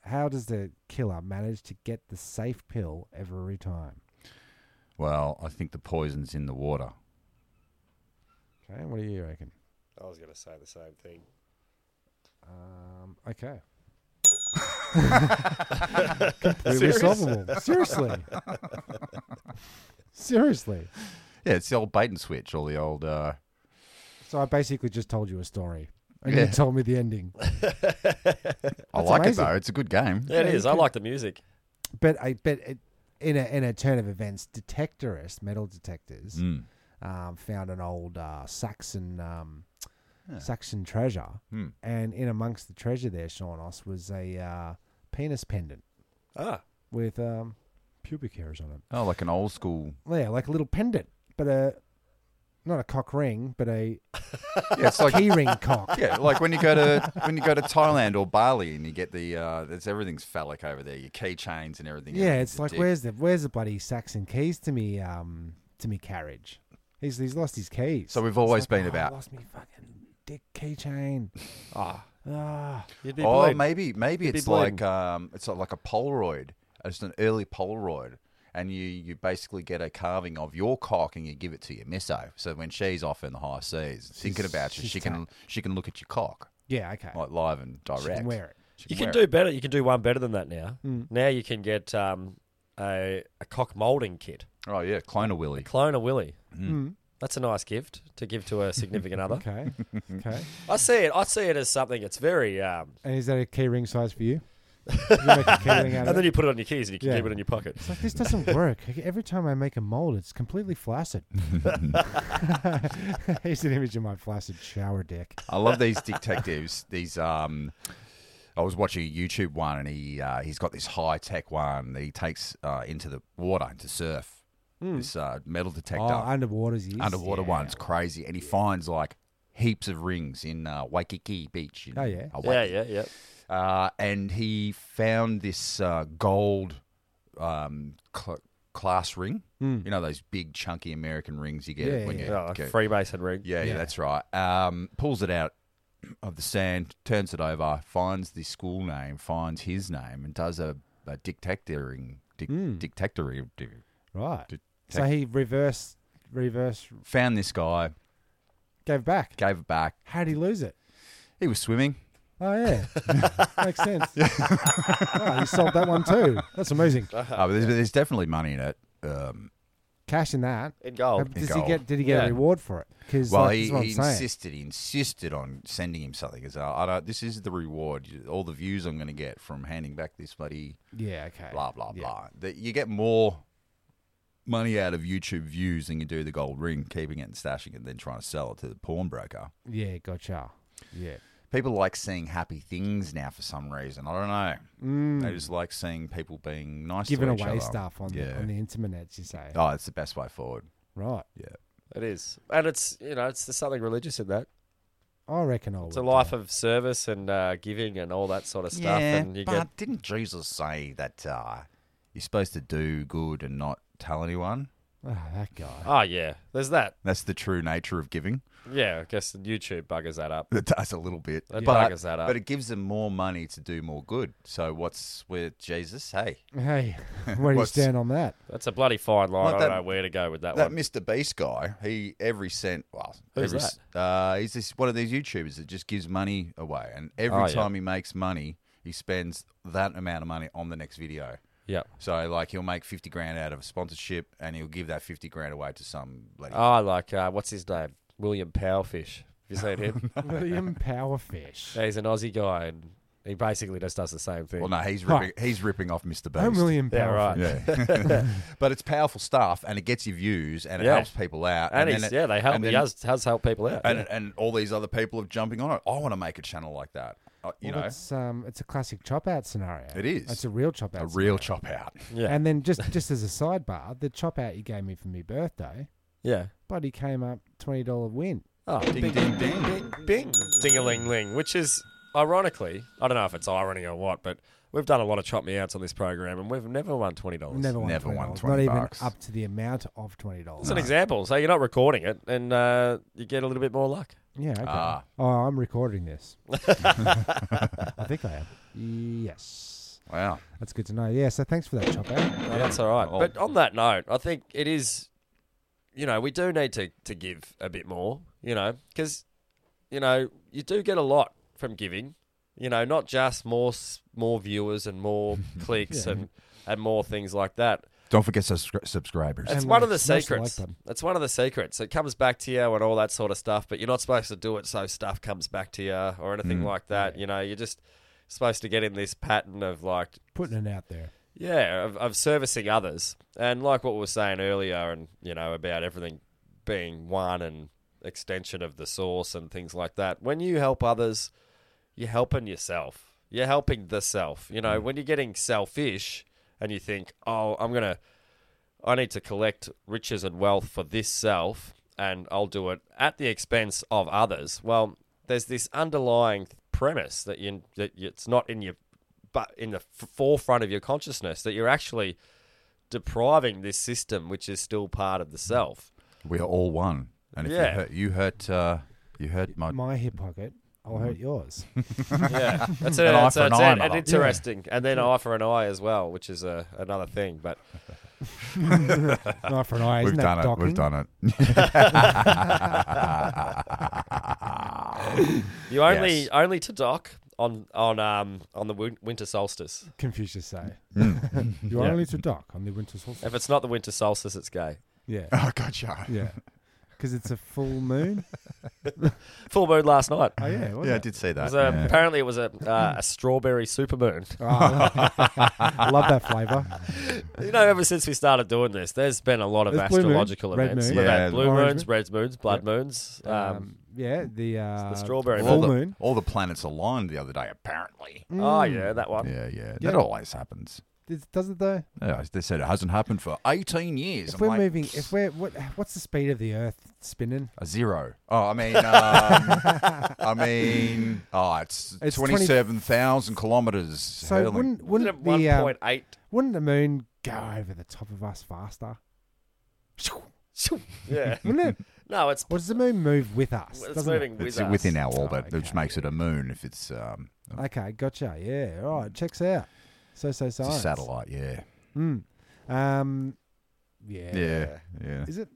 [SPEAKER 4] how does the killer manage to get the safe pill every time
[SPEAKER 2] Well, I think the poison's in the water.
[SPEAKER 4] okay what do you reckon
[SPEAKER 3] I was gonna say the same thing.
[SPEAKER 4] um, okay completely solvable seriously seriously
[SPEAKER 2] Yeah, it's the old bait and switch, or the old. Uh,
[SPEAKER 4] so i basically just told you a story and you
[SPEAKER 2] Yeah.
[SPEAKER 4] told me the ending
[SPEAKER 2] I
[SPEAKER 4] That's
[SPEAKER 2] like
[SPEAKER 4] amazing.
[SPEAKER 2] it though. It's a good game.
[SPEAKER 3] Yeah, it is. I like the music.
[SPEAKER 4] but i but it, in a in a turn of events detectorists metal detectors
[SPEAKER 2] Mm.
[SPEAKER 4] um, found an old uh, Saxon um, Saxon treasure,
[SPEAKER 2] Hmm.
[SPEAKER 4] and in amongst the treasure there, Seanos was a uh, penis pendant
[SPEAKER 3] Ah,
[SPEAKER 4] with um, pubic hairs on it.
[SPEAKER 2] Oh, like an old school.
[SPEAKER 4] Yeah, like a little pendant, but a not a cock ring, but a
[SPEAKER 2] Yeah, it's like
[SPEAKER 4] key ring cock.
[SPEAKER 2] yeah, like when you go to when you go to Thailand or Bali and you get the uh, it's everything's phallic over there. Your keychains and everything.
[SPEAKER 4] Yeah,
[SPEAKER 2] everything's
[SPEAKER 4] it's
[SPEAKER 2] a
[SPEAKER 4] like
[SPEAKER 2] dick.
[SPEAKER 4] where's the where's the bloody Saxon keys to me um, to me carriage? He's he's lost his keys.
[SPEAKER 2] So we've
[SPEAKER 4] It's
[SPEAKER 2] always
[SPEAKER 4] like,
[SPEAKER 2] been
[SPEAKER 4] "Oh, I
[SPEAKER 2] about-
[SPEAKER 4] lost me fucking dick keychain. Ah,
[SPEAKER 3] you'd be
[SPEAKER 2] Oh,
[SPEAKER 3] bleeding.
[SPEAKER 2] maybe maybe
[SPEAKER 3] You'd be
[SPEAKER 2] it's like
[SPEAKER 3] bleeding.
[SPEAKER 2] um, it's like a Polaroid. It's an early Polaroid, and you you basically get a carving of your cock and you give it to your misso. So when she's off in the high seas, thinking
[SPEAKER 4] She's-
[SPEAKER 2] about you,
[SPEAKER 4] she's
[SPEAKER 2] she can she can look at your cock
[SPEAKER 4] yeah, okay.
[SPEAKER 2] like live and direct.
[SPEAKER 4] She can wear it.
[SPEAKER 2] She
[SPEAKER 3] you can
[SPEAKER 2] wear
[SPEAKER 3] do
[SPEAKER 2] it.
[SPEAKER 3] better. You can do one better than that now. Now you can get um, a a cock molding kit.
[SPEAKER 2] Oh yeah, clone a willy.
[SPEAKER 3] Clone a willy. That's a nice gift to give to a significant other.
[SPEAKER 4] Okay, okay.
[SPEAKER 3] I see it. I see it as something. It's very. Um,
[SPEAKER 4] And is that a key ring size for you? you make a key ring out
[SPEAKER 3] and
[SPEAKER 4] of
[SPEAKER 3] then
[SPEAKER 4] it?
[SPEAKER 3] you put it on your keys and you can
[SPEAKER 4] Yeah.
[SPEAKER 3] keep it in your pocket.
[SPEAKER 4] It's like, this doesn't work. Every time I make a mold, it's completely flaccid. Here's an image of my flaccid shower dick.
[SPEAKER 2] I love these detectives. These um, I was watching a YouTube one, and he uh, he's got this high tech one that he takes uh, into the water to surf. This uh, metal detector,
[SPEAKER 4] Hmm. Oh, underwater's ears.
[SPEAKER 2] underwater
[SPEAKER 4] Yeah.
[SPEAKER 2] one's crazy, and he finds like heaps of rings in uh, Waikiki Beach. In
[SPEAKER 4] Oh, yeah.
[SPEAKER 2] Hawaii.
[SPEAKER 3] Yeah, yeah, yeah.
[SPEAKER 2] Uh, and he found this uh, gold um, cl- class ring. You know those big chunky American rings you get
[SPEAKER 4] Hmm. Yeah,
[SPEAKER 2] when
[SPEAKER 4] yeah,
[SPEAKER 2] you
[SPEAKER 3] Oh,
[SPEAKER 2] get-
[SPEAKER 3] Freemason ring.
[SPEAKER 2] yeah, yeah, that's right. Um, pulls it out of the sand, turns it over, finds the school name, finds his name, and does a, a dictatoring, dic-
[SPEAKER 4] Hmm.
[SPEAKER 2] dictatory. di-
[SPEAKER 4] Right.
[SPEAKER 2] Detect-
[SPEAKER 4] So he reverse, reverse,
[SPEAKER 2] Found this guy,
[SPEAKER 4] gave back.
[SPEAKER 2] gave it back.
[SPEAKER 4] How'd he lose it?
[SPEAKER 2] He was swimming.
[SPEAKER 4] Oh, yeah. Makes sense. oh, he sold that one too. That's amazing.
[SPEAKER 2] Uh, but there's, there's definitely money in it. Um,
[SPEAKER 4] Cash in that.
[SPEAKER 3] In gold.
[SPEAKER 4] Does he
[SPEAKER 2] gold.
[SPEAKER 4] get? Did he get
[SPEAKER 3] Yeah.
[SPEAKER 4] a reward for it? Because
[SPEAKER 2] well,
[SPEAKER 4] like,
[SPEAKER 2] he,
[SPEAKER 4] that's what I'm
[SPEAKER 2] he
[SPEAKER 4] saying.
[SPEAKER 2] insisted, he insisted on sending him something. Because I don't, this is the reward. You- All the views I'm going to get from handing back this bloody
[SPEAKER 4] yeah. Okay.
[SPEAKER 2] blah blah
[SPEAKER 4] Yeah.
[SPEAKER 2] blah. That you get more money out of YouTube views than you do the gold ring, keeping it and stashing it, and then trying to sell it to the pawnbroker.
[SPEAKER 4] Yeah, gotcha. Yeah.
[SPEAKER 2] People like seeing happy things now for some reason. I don't know. They just like seeing people being nice, to
[SPEAKER 4] Giving
[SPEAKER 2] each
[SPEAKER 4] away
[SPEAKER 2] other.
[SPEAKER 4] stuff on
[SPEAKER 2] yeah.
[SPEAKER 4] the on the internet, you say.
[SPEAKER 2] Oh, it's the best way forward.
[SPEAKER 4] Right.
[SPEAKER 2] Yeah.
[SPEAKER 3] It is, and it's you know, it's there's something religious in that.
[SPEAKER 4] I reckon I would.
[SPEAKER 3] It's a life of service and uh, giving and all that sort of stuff.
[SPEAKER 2] yeah,
[SPEAKER 3] and you
[SPEAKER 2] but
[SPEAKER 3] get
[SPEAKER 2] didn't Jesus say that uh, you're supposed to do good and not tell anyone?
[SPEAKER 4] Oh, that guy.
[SPEAKER 3] oh yeah, there's that.
[SPEAKER 2] That's the true nature of giving.
[SPEAKER 3] Yeah, I guess YouTube buggers that up.
[SPEAKER 2] It does a little bit,
[SPEAKER 3] That
[SPEAKER 2] but,
[SPEAKER 3] buggers that up.
[SPEAKER 2] but it gives them more money to do more good. So what's with Jesus? Hey,
[SPEAKER 4] Hey, where do you
[SPEAKER 2] What's-
[SPEAKER 4] stand on that?
[SPEAKER 3] That's a bloody fine line.
[SPEAKER 2] Like
[SPEAKER 3] I
[SPEAKER 2] that-
[SPEAKER 3] don't know where to go with that,
[SPEAKER 2] that
[SPEAKER 3] one.
[SPEAKER 2] Mr. Beast guy, he every cent. Well,
[SPEAKER 3] Who's
[SPEAKER 2] every, s- Uh, he's this one of these YouTubers that just gives money away, and every
[SPEAKER 3] Oh, yeah.
[SPEAKER 2] time he makes money, he spends that amount of money on the next video.
[SPEAKER 3] yeah.
[SPEAKER 2] So like he'll make fifty grand out of a sponsorship, and he'll give that fifty grand away to some lady.
[SPEAKER 3] Oh, like uh, what's his name? William Powerfish. Have you seen him?
[SPEAKER 4] William Powerfish.
[SPEAKER 3] Yeah, he's an Aussie guy, and he basically just does the same thing.
[SPEAKER 2] well, no, he's
[SPEAKER 4] Right.
[SPEAKER 2] ripping, he's ripping off Mr. Beast.
[SPEAKER 4] I'm William Powerfish.
[SPEAKER 3] Yeah, right.
[SPEAKER 2] Yeah. but it's powerful stuff, and it gets you views, and it
[SPEAKER 3] Yeah.
[SPEAKER 2] helps people out.
[SPEAKER 3] and, he's,
[SPEAKER 2] then it-
[SPEAKER 3] yeah, they help.
[SPEAKER 2] and
[SPEAKER 3] He
[SPEAKER 2] then-
[SPEAKER 3] has, has helped people out.
[SPEAKER 2] and,
[SPEAKER 3] yeah.
[SPEAKER 2] and all these other people are jumping on it. I want to make a channel like that. Uh, you
[SPEAKER 4] Well,
[SPEAKER 2] know,
[SPEAKER 4] it's um, it's a classic chop out scenario.
[SPEAKER 2] It is.
[SPEAKER 4] It's a real chop out.
[SPEAKER 2] a real chop out.
[SPEAKER 3] Yeah.
[SPEAKER 4] And then just just as a sidebar, the chop out you gave me for my birthday,
[SPEAKER 3] yeah.
[SPEAKER 4] bloody came up twenty dollar win.
[SPEAKER 3] Oh,
[SPEAKER 2] Ding, ding, ding.
[SPEAKER 3] bing, ding a ling ling, which is ironically, I don't know if it's irony or what, but we've done a lot of chop me outs on this program, and we've never won twenty dollars.
[SPEAKER 4] Never won.
[SPEAKER 2] Never won
[SPEAKER 4] $20,
[SPEAKER 2] 20
[SPEAKER 4] Not
[SPEAKER 2] bucks.
[SPEAKER 4] even up to the amount of twenty dollars.
[SPEAKER 3] It's an example. So you're not recording it, and uh, you get a little bit more luck.
[SPEAKER 4] Yeah. Okay.
[SPEAKER 2] Ah.
[SPEAKER 4] Oh, I'm recording this. I think I am. Yes.
[SPEAKER 2] Wow.
[SPEAKER 4] That's good to know. Yeah. So thanks for that chop out.
[SPEAKER 3] No, That's all right.
[SPEAKER 2] Well-
[SPEAKER 3] But on that note, I think it is, you know, we do need to, to give a bit more, you know, because, you know, you do get a lot from giving, you know, not just more s- more viewers and more clicks and, and more things like that.
[SPEAKER 2] Don't forget subscri- subscribers.
[SPEAKER 3] It's
[SPEAKER 4] And
[SPEAKER 3] one
[SPEAKER 4] like,
[SPEAKER 3] of the
[SPEAKER 4] smash the like
[SPEAKER 3] secrets.
[SPEAKER 4] button.
[SPEAKER 3] it's one of the secrets. It comes back to you and all that sort of stuff, but you're not supposed to do it so stuff comes back to you or
[SPEAKER 4] Mm.
[SPEAKER 3] anything like that. You know, you're just supposed to get in this pattern of like
[SPEAKER 4] Putting it out there.
[SPEAKER 3] yeah, of, of servicing others. And like what we were saying earlier, and, you know, about everything being one and extension of the source and things like that. When you help others, you're helping yourself. You're helping the self. You know, when you're getting selfish and you think, oh, I'm going to, I need to collect riches and wealth for this self and I'll do it at the expense of others. Well, there's this underlying premise that you that it's not in your but in the f- forefront of your consciousness that you're actually depriving this system which is still part of the self.
[SPEAKER 2] We are all one. And if
[SPEAKER 3] Yeah.
[SPEAKER 2] you hurt, you hurt, uh, you hurt my.
[SPEAKER 4] My hip pocket. I'll
[SPEAKER 2] Mm.
[SPEAKER 4] hurt yours.
[SPEAKER 3] Yeah, that's it.
[SPEAKER 2] An eye
[SPEAKER 3] that's that's
[SPEAKER 2] for an eye,
[SPEAKER 3] it. And
[SPEAKER 2] mother.
[SPEAKER 3] interesting. And then eye for an eye as well, which is a, another thing. But
[SPEAKER 4] Eye for an eye.
[SPEAKER 2] We've
[SPEAKER 4] Isn't that
[SPEAKER 2] done it.
[SPEAKER 4] docking?
[SPEAKER 2] We've done it.
[SPEAKER 3] you only
[SPEAKER 2] Yes.
[SPEAKER 3] only to dock on on um on the win- winter solstice.
[SPEAKER 4] Confucius say.
[SPEAKER 2] Mm.
[SPEAKER 4] You're only to dock on the winter solstice.
[SPEAKER 3] If it's not the winter solstice, it's gay.
[SPEAKER 4] Yeah.
[SPEAKER 2] Oh, gotcha.
[SPEAKER 4] Yeah. Because it's a full moon.
[SPEAKER 3] Full moon last night.
[SPEAKER 4] Oh, yeah. was
[SPEAKER 2] Yeah, I
[SPEAKER 4] it?
[SPEAKER 2] did see
[SPEAKER 3] It
[SPEAKER 2] that.
[SPEAKER 3] was a-
[SPEAKER 2] yeah.
[SPEAKER 3] Apparently, it was a uh, a strawberry supermoon.
[SPEAKER 4] Oh, I love that flavour.
[SPEAKER 3] You know, ever since we started doing this, there's been a lot of
[SPEAKER 4] There's blue moon,
[SPEAKER 3] astrological
[SPEAKER 4] red
[SPEAKER 3] events.
[SPEAKER 4] moon.
[SPEAKER 3] We've
[SPEAKER 2] Yeah.
[SPEAKER 3] had blue
[SPEAKER 4] Orange
[SPEAKER 3] moons,
[SPEAKER 4] moon.
[SPEAKER 3] red moons, blood moons. Um,
[SPEAKER 4] Um, yeah, the uh,
[SPEAKER 3] strawberry
[SPEAKER 4] full
[SPEAKER 2] all,
[SPEAKER 4] moon.
[SPEAKER 2] The, all the planets aligned the other day, apparently.
[SPEAKER 3] oh
[SPEAKER 4] hmm.
[SPEAKER 3] yeah, that one.
[SPEAKER 2] Yeah, yeah.
[SPEAKER 4] Yeah.
[SPEAKER 2] That always happens.
[SPEAKER 4] Does- Does it though?
[SPEAKER 2] Yeah, they said it hasn't happened for 18 years.
[SPEAKER 4] If
[SPEAKER 2] I'm
[SPEAKER 4] we're
[SPEAKER 2] like,
[SPEAKER 4] moving, if we're what, what's the speed of the Earth spinning?
[SPEAKER 2] A zero. Oh, I mean, um, I mean, oh, it's,
[SPEAKER 4] It's
[SPEAKER 2] 27,000 kilometers.
[SPEAKER 4] So
[SPEAKER 2] hurling.
[SPEAKER 4] wouldn't
[SPEAKER 3] Wasn't it
[SPEAKER 4] wouldn't
[SPEAKER 3] one
[SPEAKER 4] the um,
[SPEAKER 3] point eight?
[SPEAKER 4] wouldn't the moon go over the top of us faster?
[SPEAKER 3] Yeah.
[SPEAKER 4] Wouldn't it?
[SPEAKER 3] no, it's
[SPEAKER 4] Or does the moon move with us?
[SPEAKER 3] it's
[SPEAKER 4] Doesn't it?
[SPEAKER 3] moving with
[SPEAKER 2] it's
[SPEAKER 3] us.
[SPEAKER 2] within our
[SPEAKER 4] Oh,
[SPEAKER 2] orbit, which
[SPEAKER 4] okay.
[SPEAKER 2] makes it a moon if it's um,
[SPEAKER 4] Okay, gotcha. Yeah, all right. Checks out. So so
[SPEAKER 2] it's a
[SPEAKER 4] science.
[SPEAKER 2] satellite. Yeah.
[SPEAKER 4] Mm. Um, yeah.
[SPEAKER 2] Yeah. Yeah.
[SPEAKER 4] Is it?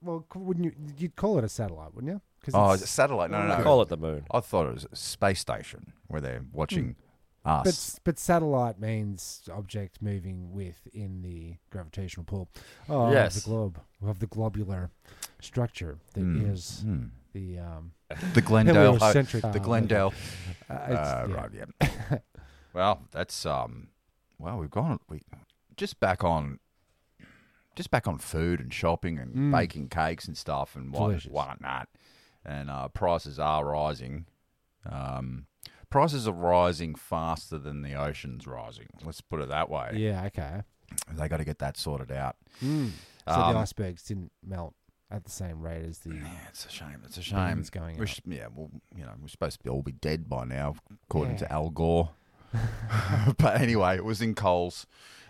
[SPEAKER 4] Well, c- wouldn't you? You'd call it a satellite, wouldn't you? Because
[SPEAKER 2] Oh, it's a satellite. No,
[SPEAKER 3] I
[SPEAKER 2] no,
[SPEAKER 3] call
[SPEAKER 2] no.
[SPEAKER 3] it the moon.
[SPEAKER 2] I thought it was a space station where they're watching
[SPEAKER 4] But
[SPEAKER 2] us.
[SPEAKER 4] s- but satellite means object moving within the gravitational pull. Oh, of
[SPEAKER 3] Yes.
[SPEAKER 4] the globe of the globular structure that is
[SPEAKER 2] Mm. Hmm.
[SPEAKER 4] the um.
[SPEAKER 2] The Glendale. ho-
[SPEAKER 4] heliocentric- Ah,
[SPEAKER 2] the
[SPEAKER 4] okay.
[SPEAKER 2] Glendale.
[SPEAKER 4] Uh, it's-
[SPEAKER 2] Uh,
[SPEAKER 4] yeah.
[SPEAKER 2] Right. Yeah. well, that's um. Well, we've gone. We just back on just back on food and shopping and
[SPEAKER 4] Mm.
[SPEAKER 2] baking cakes and stuff and what
[SPEAKER 4] Delicious.
[SPEAKER 2] whatnot. And uh, prices are rising. Um, prices are rising faster than the ocean's rising. Let's put it that way.
[SPEAKER 4] Yeah, okay.
[SPEAKER 2] They got to get that sorted out.
[SPEAKER 4] Mm. So
[SPEAKER 2] Um,
[SPEAKER 4] the icebergs didn't melt at the same rate as the.
[SPEAKER 2] Yeah, it's a shame. It's a
[SPEAKER 4] Everything's
[SPEAKER 2] shame.
[SPEAKER 4] going
[SPEAKER 2] we
[SPEAKER 4] up.
[SPEAKER 2] sh- yeah, well, you know, we're supposed to be all be dead by now, according
[SPEAKER 4] Yeah.
[SPEAKER 2] to Al Gore. but anyway, it was in Coles.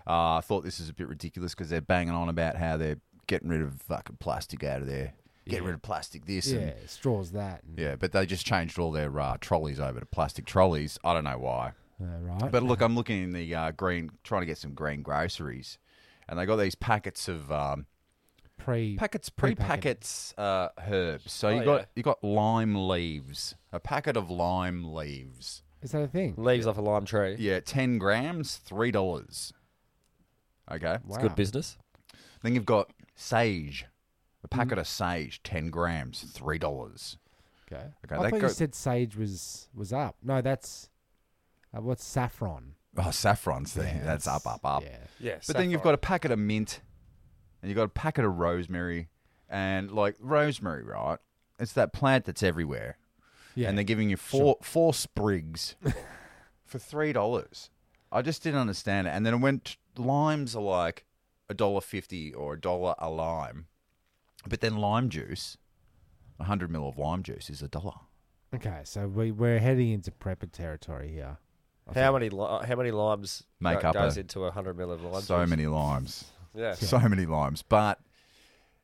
[SPEAKER 2] Uh, I thought this is a bit ridiculous because they're banging on about how they're getting rid of fucking plastic out of there, get rid of plastic this
[SPEAKER 4] Yeah,
[SPEAKER 2] and
[SPEAKER 4] straws that. And,
[SPEAKER 2] yeah. But they just changed all their uh, trolleys over to plastic trolleys. I don't know why.
[SPEAKER 4] uh, right.
[SPEAKER 2] But look, I'm looking in the uh, green, trying to get some green groceries, and they got these packets of. Um,
[SPEAKER 4] pre
[SPEAKER 2] packets pre
[SPEAKER 4] Pre-packet.
[SPEAKER 2] packets uh, herbs. So you
[SPEAKER 3] Oh,
[SPEAKER 2] got
[SPEAKER 3] yeah.
[SPEAKER 2] you got lime leaves, a packet of lime leaves.
[SPEAKER 4] is that a thing?
[SPEAKER 3] Leaves off a lime tree.
[SPEAKER 2] Yeah, ten grams, three dollars. Okay.
[SPEAKER 4] Wow.
[SPEAKER 3] It's good business.
[SPEAKER 2] Then you've got sage, a packet of sage, ten grams, three dollars.
[SPEAKER 4] Okay.
[SPEAKER 2] Okay,
[SPEAKER 4] I
[SPEAKER 2] they
[SPEAKER 4] thought
[SPEAKER 2] go-
[SPEAKER 4] you said sage was was up. No, that's uh, what's saffron.
[SPEAKER 2] Oh, saffron's there.
[SPEAKER 4] Yeah,
[SPEAKER 2] that's, up, up, up.
[SPEAKER 4] Yeah.
[SPEAKER 3] Yes.
[SPEAKER 2] But then you've got a packet of mint, and you've got a packet of rosemary, and like rosemary, right? It's that plant that's everywhere.
[SPEAKER 4] yeah.
[SPEAKER 2] and they're giving you four four sprigs for three dollars. I just didn't understand it. And then it went limes are like a dollar fifty or a dollar a lime, but then lime juice, hundred mil of lime juice is a dollar.
[SPEAKER 4] okay, so we we're heading into prepper territory here.
[SPEAKER 3] how many li- how many limes
[SPEAKER 2] Make
[SPEAKER 3] go-
[SPEAKER 2] up
[SPEAKER 3] goes
[SPEAKER 2] a-
[SPEAKER 3] into a hundred mil of lime?
[SPEAKER 2] So
[SPEAKER 3] juice?
[SPEAKER 2] many limes,
[SPEAKER 3] Yeah.
[SPEAKER 2] so many limes. But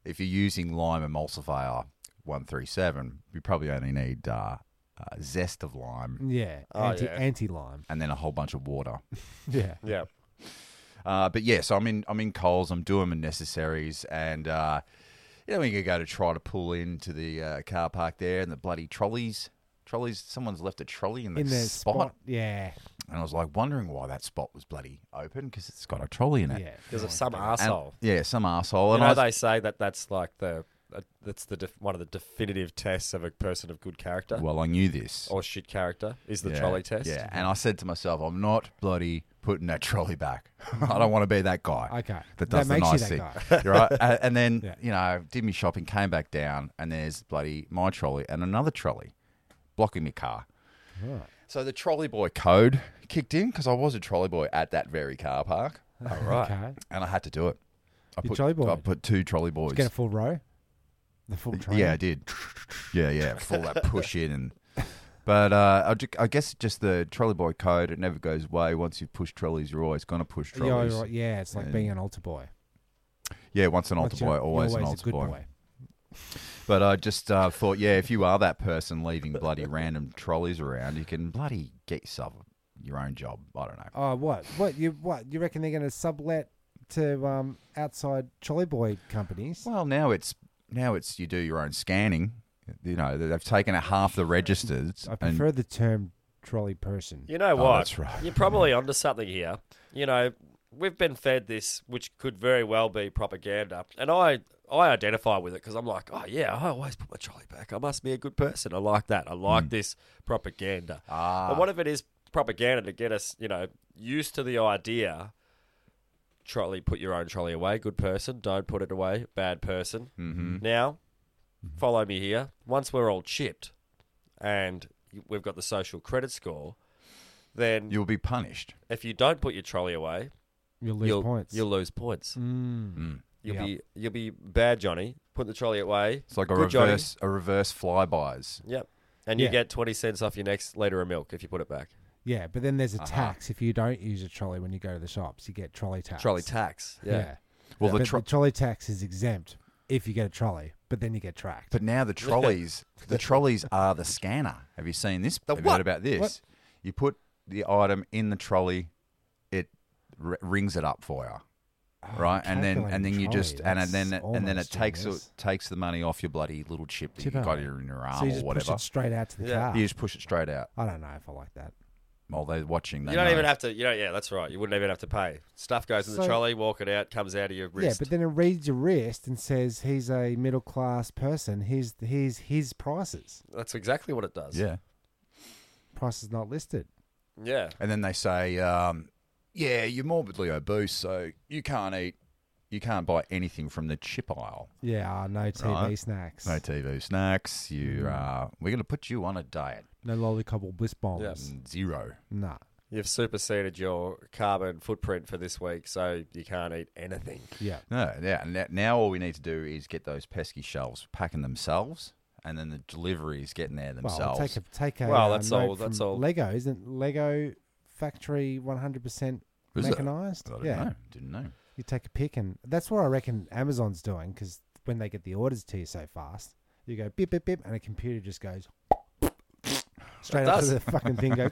[SPEAKER 2] if you're using lime emulsifier one three seven, you probably only need uh, uh, zest of lime
[SPEAKER 4] Yeah.
[SPEAKER 3] Oh,
[SPEAKER 4] anti
[SPEAKER 3] yeah.
[SPEAKER 4] anti lime.
[SPEAKER 2] and then a whole bunch of water.
[SPEAKER 4] Yeah.
[SPEAKER 3] Yeah.
[SPEAKER 2] Uh, but yeah, so I'm in I'm in Coles. I'm doing my necessaries, and uh, you know when you go to try to pull into the uh, car park there, and the bloody trolleys, trolleys. Someone's left a trolley in the,
[SPEAKER 4] In the
[SPEAKER 2] spot.
[SPEAKER 4] spot. Yeah.
[SPEAKER 2] and I was like wondering why that spot was bloody open because it's got a trolley in it.
[SPEAKER 4] Yeah.
[SPEAKER 3] Because of some
[SPEAKER 2] And-
[SPEAKER 3] arsehole.
[SPEAKER 2] yeah, some asshole.
[SPEAKER 3] You
[SPEAKER 2] And
[SPEAKER 3] know
[SPEAKER 2] I was-
[SPEAKER 3] they say that that's like the that- that's the def- one of the definitive tests of a person of good character
[SPEAKER 2] well, I knew this.
[SPEAKER 3] or shit character is the
[SPEAKER 2] Yeah,
[SPEAKER 3] trolley test.
[SPEAKER 2] Yeah, and I said to myself, I'm not bloody putting that trolley back. I don't want to be that guy.
[SPEAKER 4] Okay.
[SPEAKER 2] that
[SPEAKER 4] That
[SPEAKER 2] does the
[SPEAKER 4] makes you
[SPEAKER 2] nice
[SPEAKER 4] that
[SPEAKER 2] thing.
[SPEAKER 4] guy.
[SPEAKER 2] You're right. A- And then
[SPEAKER 4] Yeah.
[SPEAKER 2] you know, did me shopping, came back down, and there's bloody my trolley and another trolley blocking my car.
[SPEAKER 4] Right.
[SPEAKER 2] So the trolley boy code kicked in because I was a trolley boy at that very car park,
[SPEAKER 3] All right.
[SPEAKER 4] Okay.
[SPEAKER 2] and I had to do it. I
[SPEAKER 4] You
[SPEAKER 2] put
[SPEAKER 4] Oh, trolley boy.
[SPEAKER 2] I put two trolley boys.
[SPEAKER 4] Get a full row. The full train.
[SPEAKER 2] Yeah, I did. Yeah, yeah, full that push in and. But uh, I, ju- I guess just the trolley boy code. It never goes away. Once you push trolleys, you're always gonna push
[SPEAKER 4] Yeah,
[SPEAKER 2] trolleys.
[SPEAKER 4] right, yeah, it's like
[SPEAKER 2] And-
[SPEAKER 4] being an altar boy.
[SPEAKER 2] Yeah, once an altar
[SPEAKER 4] Once you're-
[SPEAKER 2] boy,
[SPEAKER 4] you're
[SPEAKER 2] always, an
[SPEAKER 4] a
[SPEAKER 2] altar
[SPEAKER 4] good
[SPEAKER 2] boy. But I just uh, thought, yeah, if you are that person leaving bloody random trolleys around, you can bloody get yourself your own job. I don't know.
[SPEAKER 4] Oh, what? What you what? You reckon they're going to sublet to um, outside trolley boy companies?
[SPEAKER 2] Well, now it's now it's you do your own scanning. You know they've taken out half the registers.
[SPEAKER 4] I
[SPEAKER 2] and-
[SPEAKER 4] prefer the term trolley person.
[SPEAKER 3] You know
[SPEAKER 2] Oh,
[SPEAKER 3] what?
[SPEAKER 2] that's right.
[SPEAKER 3] You're probably onto something here. You know, we've been fed this, which could very well be propaganda, and I I identify with it because I'm like, oh yeah, I always put my trolley back. I must be a good person. I like that. I
[SPEAKER 2] Mm.
[SPEAKER 3] like this propaganda.
[SPEAKER 2] Ah.
[SPEAKER 3] And what if it is propaganda to get us, you know, used to the idea? Trolley, put your own trolley away. Good person, don't put it away. Bad person.
[SPEAKER 2] Mhm.
[SPEAKER 3] Now,
[SPEAKER 2] Mm-hmm.
[SPEAKER 3] follow me here. Once we're all chipped, and we've got the social credit score, then
[SPEAKER 2] You'll be punished.
[SPEAKER 3] if you don't put your trolley away,
[SPEAKER 4] You'll lose
[SPEAKER 3] you'll
[SPEAKER 4] points.
[SPEAKER 3] you'll lose points.
[SPEAKER 4] Mm.
[SPEAKER 3] You'll
[SPEAKER 4] Yeah.
[SPEAKER 3] be you'll be bad, Johnny. Put the trolley away.
[SPEAKER 2] It's like a
[SPEAKER 3] Good
[SPEAKER 2] reverse a reverse flybys.
[SPEAKER 3] Johnny. Yep. And you
[SPEAKER 4] Yeah.
[SPEAKER 3] get twenty cents off your next liter of milk if you put it back.
[SPEAKER 4] Yeah, but then
[SPEAKER 2] Uh-huh.
[SPEAKER 4] there's a tax if you don't use a trolley when you go to the shops. You get trolley tax.
[SPEAKER 3] Trolley tax. Yeah.
[SPEAKER 4] Yeah.
[SPEAKER 2] Well,
[SPEAKER 4] But
[SPEAKER 2] Uh, the, tro-
[SPEAKER 4] the trolley tax is exempt if you get a trolley, but then you get tracked.
[SPEAKER 2] But now the trolleys, the trolleys are the scanner. Have you seen this? Have you
[SPEAKER 3] what?
[SPEAKER 2] heard about this?
[SPEAKER 4] What?
[SPEAKER 2] You put the item in the trolley, it r- rings it up for you, right? And then and then you just
[SPEAKER 4] Oh, calculating
[SPEAKER 2] and,
[SPEAKER 4] trolley,
[SPEAKER 2] and then
[SPEAKER 4] that's
[SPEAKER 2] and then it
[SPEAKER 4] almost
[SPEAKER 2] takes it
[SPEAKER 4] genius.
[SPEAKER 2] takes the money off your bloody little chip that
[SPEAKER 4] Chip
[SPEAKER 2] you got
[SPEAKER 4] out.
[SPEAKER 2] in your arm
[SPEAKER 4] so you
[SPEAKER 2] or
[SPEAKER 4] just
[SPEAKER 2] whatever.
[SPEAKER 4] push it straight out to the
[SPEAKER 3] Yeah.
[SPEAKER 4] car.
[SPEAKER 2] You just push it straight out.
[SPEAKER 4] I don't know if I like that.
[SPEAKER 2] While they're watching, they
[SPEAKER 3] You don't
[SPEAKER 2] know.
[SPEAKER 3] even have to. You know, yeah, that's right. You wouldn't even have to pay. Stuff goes in the
[SPEAKER 4] So-
[SPEAKER 3] trolley, walk it out, comes out of your wrist.
[SPEAKER 4] Yeah, but then it reads your wrist and says he's a middle class person. Here's here's his prices.
[SPEAKER 3] that's exactly what it does.
[SPEAKER 2] Yeah,
[SPEAKER 4] Prices not listed.
[SPEAKER 3] yeah.
[SPEAKER 2] and then they say, um, "Yeah, you're morbidly obese, so you can't eat you can't buy anything from the chip aisle.
[SPEAKER 4] Yeah, uh, no TV
[SPEAKER 2] Right.
[SPEAKER 4] snacks. Mm.
[SPEAKER 2] No TV snacks. You, uh, we're going to put you on a diet.
[SPEAKER 4] No lollipop or bliss bombs.
[SPEAKER 3] Yes.
[SPEAKER 2] Zero.
[SPEAKER 4] Nah.
[SPEAKER 3] You've superseded your carbon footprint for this week, so you can't eat anything.
[SPEAKER 4] Yeah.
[SPEAKER 2] No, yeah. and that- Now all we need to do is get those pesky shelves packing themselves, and then the delivery is getting there
[SPEAKER 4] Well,
[SPEAKER 2] themselves.
[SPEAKER 4] take a take a.
[SPEAKER 3] Well,
[SPEAKER 4] uh,
[SPEAKER 3] that's
[SPEAKER 4] note
[SPEAKER 3] all- that's
[SPEAKER 4] from
[SPEAKER 3] all.
[SPEAKER 4] Lego isn't Lego factory one hundred percent
[SPEAKER 2] Is it?
[SPEAKER 4] mechanized.
[SPEAKER 2] I didn't
[SPEAKER 4] yeah,
[SPEAKER 2] know. Didn't know.
[SPEAKER 4] you take a pick, and that's what I reckon Amazon's doing because when they get the orders to you so fast, you go bip bip bip, and a computer just goes. Straight up to
[SPEAKER 3] does.
[SPEAKER 4] the fucking thing goes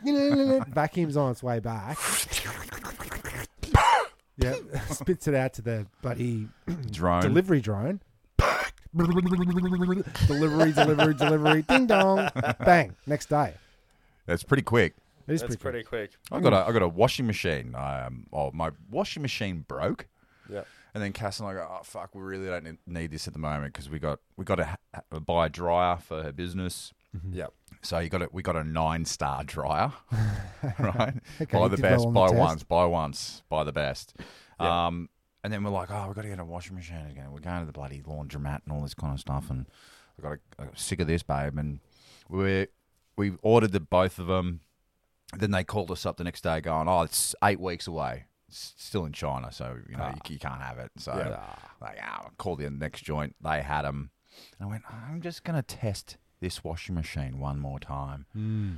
[SPEAKER 4] vacuums on its way back. yeah, spits it out to the buddy
[SPEAKER 2] Drone.
[SPEAKER 4] delivery drone. delivery, delivery, delivery, ding dong, bang. Next day.
[SPEAKER 2] That's pretty quick.
[SPEAKER 4] It is
[SPEAKER 3] That's
[SPEAKER 4] pretty.
[SPEAKER 3] pretty quick.
[SPEAKER 2] I
[SPEAKER 4] Mm.
[SPEAKER 2] got a, I got a washing machine. Um, oh, my washing machine broke.
[SPEAKER 3] Yeah.
[SPEAKER 2] And then Cass and I go, oh fuck, we really don't need- need this at the moment because we got we got to ha- ha- buy a dryer for her business.
[SPEAKER 3] Yeah.
[SPEAKER 2] So you got it. We got a nine star dryer, right?
[SPEAKER 4] Okay,
[SPEAKER 2] buy
[SPEAKER 4] you
[SPEAKER 2] the
[SPEAKER 4] did well
[SPEAKER 2] best,
[SPEAKER 4] on the
[SPEAKER 2] buy
[SPEAKER 4] test.
[SPEAKER 2] once, buy once, buy the best. Um, and then we're like, oh, we've got to get a washing machine again. We're going to the bloody laundromat and all this kind of stuff. And I got I got sick of this, babe. And we we ordered the both of them. Then they called us up the next day, going, oh, it's eight weeks away. It's still in China, so you
[SPEAKER 4] Ah.
[SPEAKER 2] know you, you can't have it. So like, ah, I'll call the next joint. They had them. And I went, I'm just going to test this washing machine one more time.
[SPEAKER 4] Hmm.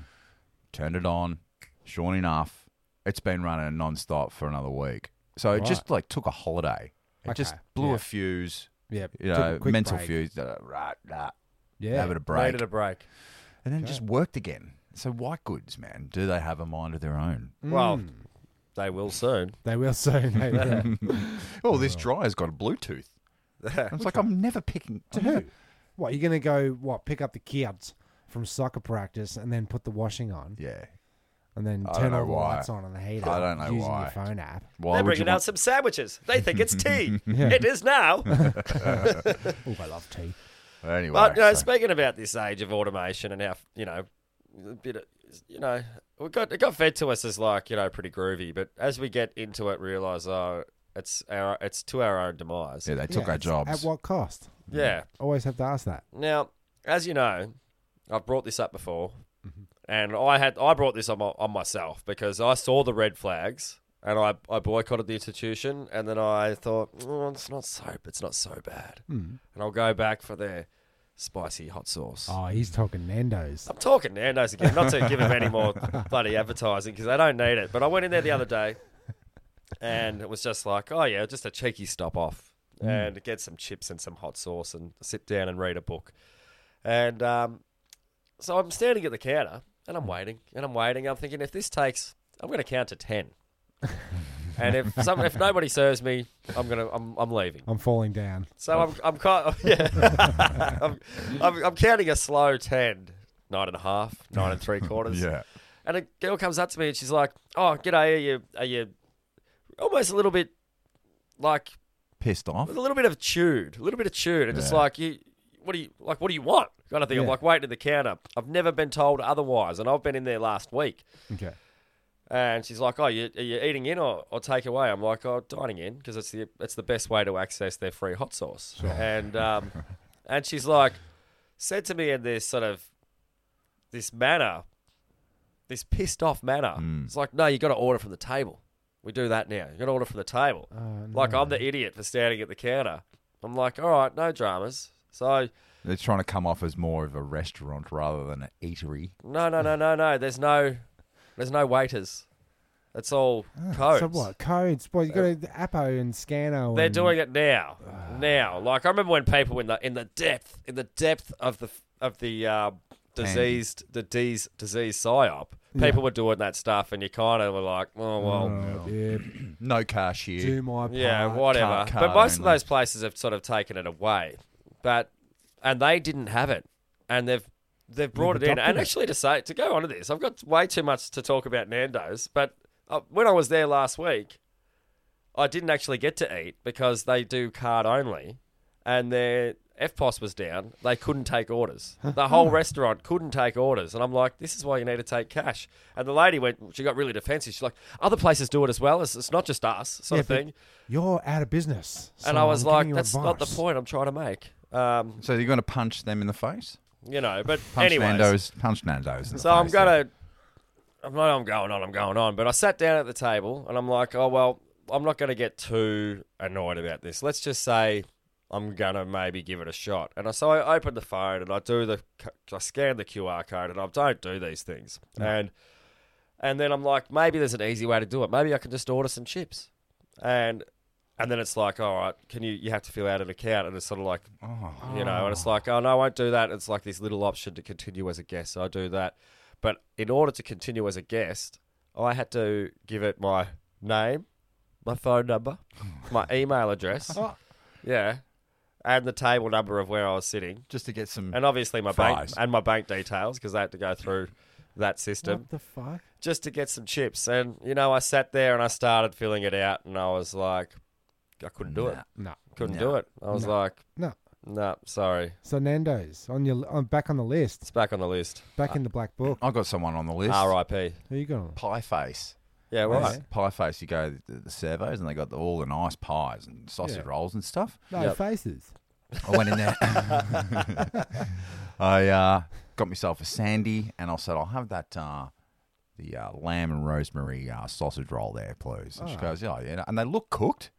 [SPEAKER 2] Turned it on. Sure enough, it's been running non-stop for another week. So it just like took a holiday. It just
[SPEAKER 4] Okay,
[SPEAKER 2] blew
[SPEAKER 4] yeah.
[SPEAKER 2] a fuse,
[SPEAKER 4] Yeah,
[SPEAKER 2] you
[SPEAKER 4] took a
[SPEAKER 2] know,
[SPEAKER 4] quick
[SPEAKER 2] mental
[SPEAKER 4] break.
[SPEAKER 2] fuse. uh, Right, nah,
[SPEAKER 4] Yeah,
[SPEAKER 2] have it a break.
[SPEAKER 3] Needed a break.
[SPEAKER 2] and then it just worked again. So white goods, man, do they have a mind of their own?
[SPEAKER 4] Mm.
[SPEAKER 3] Well, they will soon.
[SPEAKER 4] they will soon. mate, yeah.
[SPEAKER 2] Oh, this dryer's got a Bluetooth. It's like I'm never picking.
[SPEAKER 4] to who? What you're gonna go? What pick up the kids from soccer practice and then put the washing on
[SPEAKER 2] Yeah.
[SPEAKER 4] and then
[SPEAKER 2] I
[SPEAKER 4] turn
[SPEAKER 2] don't
[SPEAKER 4] all the
[SPEAKER 2] know why.
[SPEAKER 4] lights on and the heater.
[SPEAKER 2] I don't know
[SPEAKER 4] using
[SPEAKER 2] why.
[SPEAKER 4] your phone app.
[SPEAKER 2] Why
[SPEAKER 3] They're
[SPEAKER 2] would you
[SPEAKER 3] bringing out
[SPEAKER 2] want-
[SPEAKER 3] some sandwiches. They think it's tea. It is now.
[SPEAKER 4] Oh, I love tea.
[SPEAKER 2] Anyway,
[SPEAKER 3] But you know,
[SPEAKER 2] so-
[SPEAKER 3] speaking about this age of automation and how you know, a bit of, you know, we got it got fed to us as like you know pretty groovy, but as we get into it, realize oh, it's our it's to our own demise.
[SPEAKER 2] yeah, they took
[SPEAKER 4] Yeah,
[SPEAKER 2] our
[SPEAKER 4] it's
[SPEAKER 2] jobs.
[SPEAKER 4] At what cost?
[SPEAKER 3] yeah.
[SPEAKER 4] Always have to ask that.
[SPEAKER 3] Now, as you know, I've brought this up before,
[SPEAKER 2] Mm-hmm.
[SPEAKER 3] and I had I brought this on, my, on myself because I saw the red flags and I, I boycotted the institution, and then I thought oh, it's not so it's not so bad,
[SPEAKER 2] Hmm.
[SPEAKER 3] and I'll go back for their spicy hot sauce.
[SPEAKER 4] Oh, he's talking Nando's.
[SPEAKER 3] I'm talking Nando's again, not to give them any more bloody advertising because they don't need it. But I went in there the other day, and it was just like, oh yeah, just a cheeky stop off and get some chips and some hot sauce and sit down and read a book. And um, so I'm standing at the counter and I'm waiting and I'm waiting. I'm thinking if this takes, I'm going to count to ten. and if some, if nobody serves me, I'm gonna I'm, I'm leaving.
[SPEAKER 4] I'm falling down.
[SPEAKER 3] So I'm I'm kind yeah. I'm, I'm I'm counting a slow ten, nine and a half, nine and three quarters.
[SPEAKER 2] yeah.
[SPEAKER 3] And a girl comes up to me and she's like, "Oh, g'day. Are you are you almost a little bit like
[SPEAKER 2] Pissed off.
[SPEAKER 3] a little bit of chewed, a little bit of chewed, and just
[SPEAKER 2] Yeah.
[SPEAKER 3] like you." What do you like? What do you want? Kind of thing. I'm
[SPEAKER 4] Yeah.
[SPEAKER 3] like waiting at the counter. I've never been told otherwise, and I've been in there last week.
[SPEAKER 4] Okay.
[SPEAKER 3] And she's like, "Oh, you, are you eating in or, or take away?" I'm like, "Oh, dining in because it's the it's the best way to access their free hot sauce." And um, and she's like, said to me in this sort of this manner, this pissed off manner. It's like, "No, you got to order from the table. We do that now. You got to order from the table."
[SPEAKER 4] Oh,
[SPEAKER 3] Like I'm the idiot for standing at the counter. I'm like, "All right, no dramas." So
[SPEAKER 2] They're trying to come off as more of a restaurant rather than an eatery.
[SPEAKER 3] no, no, no, no, no. There's no there's no waiters. Oh, It's all codes.
[SPEAKER 4] Ah, So what codes? Well, you got to Appo and Scano.
[SPEAKER 3] They're
[SPEAKER 4] and-
[SPEAKER 3] doing it now, now. Like I remember when people in the in the depth in the depth of the of the uh, diseased the D's disease psyop, people were doing that stuff, and you kind of were like, oh well,
[SPEAKER 4] Oh, yeah,
[SPEAKER 2] No cash here.
[SPEAKER 4] do my part.
[SPEAKER 3] yeah, whatever.
[SPEAKER 2] card-
[SPEAKER 3] but
[SPEAKER 2] card
[SPEAKER 3] most of
[SPEAKER 2] only.
[SPEAKER 3] those places have sort of taken it away, but and they didn't have it, and they've they've brought it in.
[SPEAKER 4] adopted
[SPEAKER 3] And
[SPEAKER 4] it.
[SPEAKER 3] actually, to say to go on to this, I've got way too much to talk about Nando's. But uh, when I was there last week, I didn't actually get to eat because they do card only, and they're FPOS was down. They couldn't take orders. The whole restaurant couldn't take orders. And I'm like, this is why you need to take cash. And the lady went, she got really defensive. She's like, other places do it as well. It's, it's not just us, sort
[SPEAKER 4] Yeah,
[SPEAKER 3] of
[SPEAKER 4] but
[SPEAKER 3] thing.
[SPEAKER 4] You're out of business.
[SPEAKER 3] And
[SPEAKER 4] so
[SPEAKER 3] I was
[SPEAKER 4] I'm giving
[SPEAKER 3] like,
[SPEAKER 4] you
[SPEAKER 3] that's not the
[SPEAKER 4] advice.
[SPEAKER 3] point I'm trying to make. Um,
[SPEAKER 2] So you're going to punch them in the face?
[SPEAKER 3] you know, but
[SPEAKER 2] Punch
[SPEAKER 3] anyways.
[SPEAKER 2] Nando's. Punch Nando's. In the
[SPEAKER 3] So I'm
[SPEAKER 2] face
[SPEAKER 3] gonna. I'm not. I'm going on. I'm going on. But I sat down at the table and I'm like, oh well, I'm not gonna get too annoyed about this. Let's just say I'm gonna maybe give it a shot. And I, so I opened the phone and I do the. cu- I scan the QR code and I don't do these things. And and then I'm like, maybe there's an easy way to do it. Maybe I can just order some chips. And and then it's like, all right, can you? You have to fill out an account, and it's sort of like, you know, and it's like, oh no, I won't do that. It's like this little option to continue as a guest. So I do that, but in order to continue as a guest, I had to give it my name, my phone number, my email address,
[SPEAKER 2] Oh.
[SPEAKER 3] yeah, and the table number of where I was sitting,
[SPEAKER 2] just to get some.
[SPEAKER 3] and obviously my bank
[SPEAKER 2] Fries.
[SPEAKER 3] and my bank details because I had to go through that system
[SPEAKER 4] What the fuck?
[SPEAKER 3] just to get some chips. And you know, I sat there and I started filling it out, and I was like, I couldn't do it.
[SPEAKER 4] No.
[SPEAKER 3] Couldn't
[SPEAKER 2] Nah.
[SPEAKER 3] do it. I was like,
[SPEAKER 4] No.
[SPEAKER 3] no, sorry,
[SPEAKER 4] So Nando's on your on back on the
[SPEAKER 3] it's
[SPEAKER 4] list,
[SPEAKER 3] back on the list.
[SPEAKER 4] back in the black book.
[SPEAKER 2] I got someone on the list.
[SPEAKER 3] R.I.P.
[SPEAKER 4] Who you got on?
[SPEAKER 2] Pie face.
[SPEAKER 3] Yeah, right.
[SPEAKER 2] Like, Pie face. You go to the servos and they got the, all the nice pies and sausage
[SPEAKER 4] Yeah.
[SPEAKER 2] rolls and stuff.
[SPEAKER 4] No
[SPEAKER 3] Yep.
[SPEAKER 4] faces.
[SPEAKER 2] I went in there. I uh, got myself a sandy, and I said, "I'll have that uh, the uh, lamb and rosemary uh, sausage roll there, please." And she goes, "Yeah, yeah," and they look cooked,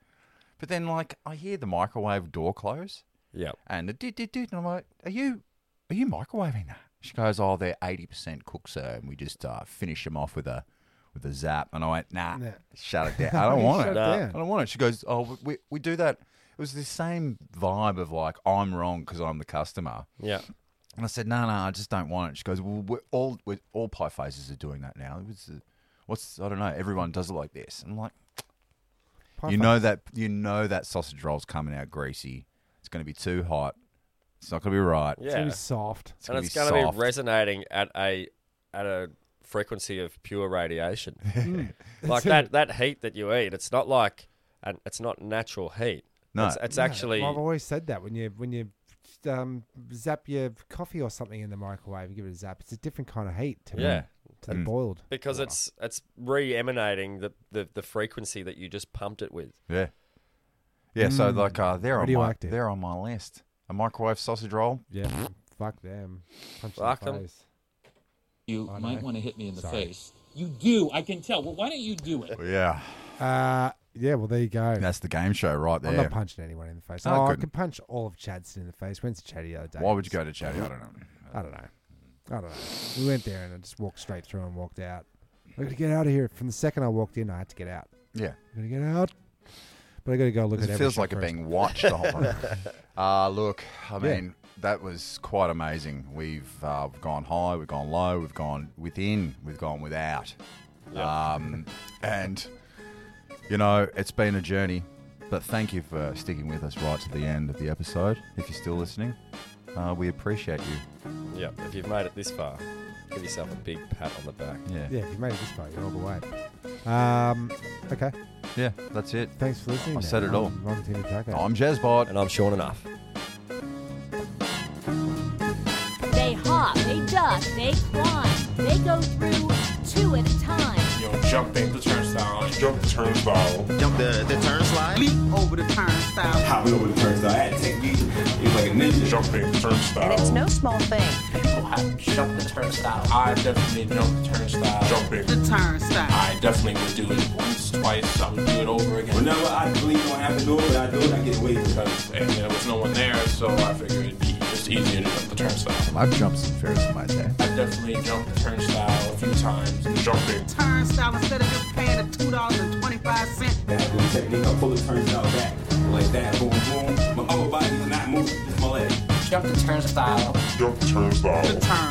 [SPEAKER 2] but then like I hear the microwave door close,
[SPEAKER 3] Yep.
[SPEAKER 2] and it did, did, did, and I'm like, "Are you, are you microwaving that?" She goes, "Oh, they're eighty percent cooked, sir, and we just uh, finish them off with a." With a zap, and I went, nah,
[SPEAKER 4] Nah.
[SPEAKER 2] shut it down. I don't want
[SPEAKER 4] Shut
[SPEAKER 2] it.
[SPEAKER 4] it Nah. down.
[SPEAKER 2] I don't want it. She goes, oh, we, we do that. It was the same vibe of like, I'm wrong because I'm the customer.
[SPEAKER 3] Yeah.
[SPEAKER 2] And I said, no, no, I just don't want it. She goes, well, we're all, we're, all pie faces are doing that now. It was, uh, what's, I don't know, everyone does it like this. And I'm like,
[SPEAKER 4] Pie
[SPEAKER 2] you
[SPEAKER 4] face.
[SPEAKER 2] know that, you know that sausage roll's coming out greasy. It's going to be too hot. It's not going to be right.
[SPEAKER 4] It's gonna
[SPEAKER 3] Yeah.
[SPEAKER 4] be soft.
[SPEAKER 2] It's
[SPEAKER 3] and
[SPEAKER 2] going
[SPEAKER 3] it's
[SPEAKER 2] to
[SPEAKER 3] going to
[SPEAKER 2] soft.
[SPEAKER 3] be resonating at a at a frequency of pure radiation.
[SPEAKER 2] Hmm.
[SPEAKER 3] like that that heat that you eat, it's not like and it's not natural heat.
[SPEAKER 2] No.
[SPEAKER 3] It's, it's
[SPEAKER 4] Yeah,
[SPEAKER 3] actually
[SPEAKER 4] I've always said that when you when you um, zap your coffee or something in the microwave and give it a zap, it's a different kind of heat to,
[SPEAKER 3] yeah.
[SPEAKER 4] to the boiled.
[SPEAKER 3] Because it's it's re-emanating the, the, the frequency that you just pumped it with.
[SPEAKER 2] Yeah. Yeah. So like, uh, they're on my,
[SPEAKER 4] Radioactive.
[SPEAKER 2] they're on my list. A microwave sausage roll.
[SPEAKER 4] Yeah. Fuck them. Punch
[SPEAKER 3] Fuck
[SPEAKER 4] in the
[SPEAKER 3] 'em.
[SPEAKER 4] face.
[SPEAKER 11] You
[SPEAKER 4] I
[SPEAKER 11] might
[SPEAKER 4] know.
[SPEAKER 11] want to hit me in the
[SPEAKER 4] Sorry.
[SPEAKER 11] face. You do. I can tell. Well, why don't you do it?
[SPEAKER 2] Yeah.
[SPEAKER 4] Uh, yeah. Well, there you go.
[SPEAKER 2] That's the game show right
[SPEAKER 4] I'm
[SPEAKER 2] there.
[SPEAKER 4] not punching anyone in the face.
[SPEAKER 2] No, I
[SPEAKER 4] oh, I
[SPEAKER 2] couldn't.
[SPEAKER 4] could punch all of Chadson in the face. Went to Chad the other day.
[SPEAKER 2] Why would you go to Chatty? I don't know.
[SPEAKER 4] I don't know. I don't know. We went there and I just walked straight through and walked out. I got to get out of here. From the second I walked in, I had to get out.
[SPEAKER 2] Yeah.
[SPEAKER 4] I got to get out. But I got to go look at
[SPEAKER 2] It
[SPEAKER 4] every
[SPEAKER 2] feels
[SPEAKER 4] shop
[SPEAKER 2] like it
[SPEAKER 4] first.
[SPEAKER 2] being watched the whole time. Uh, look, I
[SPEAKER 4] Yeah.
[SPEAKER 2] mean, that was quite amazing. We've, uh, we've gone high, we've gone low, we've gone within, we've gone without. Um, and, you know, it's been a journey. But thank you for sticking with us right to the end of the episode. If you're still listening, uh, we appreciate you.
[SPEAKER 3] Yeah. If you've made it this far, give yourself a big pat on the back.
[SPEAKER 2] Yeah.
[SPEAKER 4] Yeah, if you made it this far, you're all the way. Um, okay.
[SPEAKER 2] Yeah, that's it.
[SPEAKER 4] Thanks for listening.
[SPEAKER 2] I said it all.
[SPEAKER 4] I'm, I'm Timmy Tucker.
[SPEAKER 2] I'm Jezbot.
[SPEAKER 3] And I'm Sean enough.
[SPEAKER 9] They hop, they duck, they climb, they go through two at a time.
[SPEAKER 10] Jump the turnstile. Jump the turnstile.
[SPEAKER 12] Jump the, the turnstile.
[SPEAKER 8] Leap over the turnstile.
[SPEAKER 5] Hop over the turnstile. I had to take me. It was like a ninja.
[SPEAKER 10] Jumping turnstile.
[SPEAKER 9] no small thing.
[SPEAKER 11] People have jumped the turnstile.
[SPEAKER 10] I definitely jumped the turnstile. Jumping.
[SPEAKER 8] The turnstile.
[SPEAKER 10] I definitely would do it once, twice. I would do it over again.
[SPEAKER 5] Whenever I believe I have to do it, but I do it, I get away with it.
[SPEAKER 10] Because and there was no one there, so I figured it'd be just easier to jump the turnstile.
[SPEAKER 2] I've jumped some ferrets in my day.
[SPEAKER 10] I definitely jumped the turnstile a few times. Jumping.
[SPEAKER 8] Turnstile instead of just paying the two dollars and twenty-five cent.
[SPEAKER 5] That boom technique, I pull the turnstile back. Like that, boom, boom. My upper body is not moving, just my leg.
[SPEAKER 11] Jump the turnstile.
[SPEAKER 10] Jump the
[SPEAKER 8] The
[SPEAKER 10] turnstile.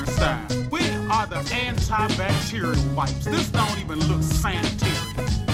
[SPEAKER 8] turnstile. We are the antibacterial wipes. This don't even look sanitary.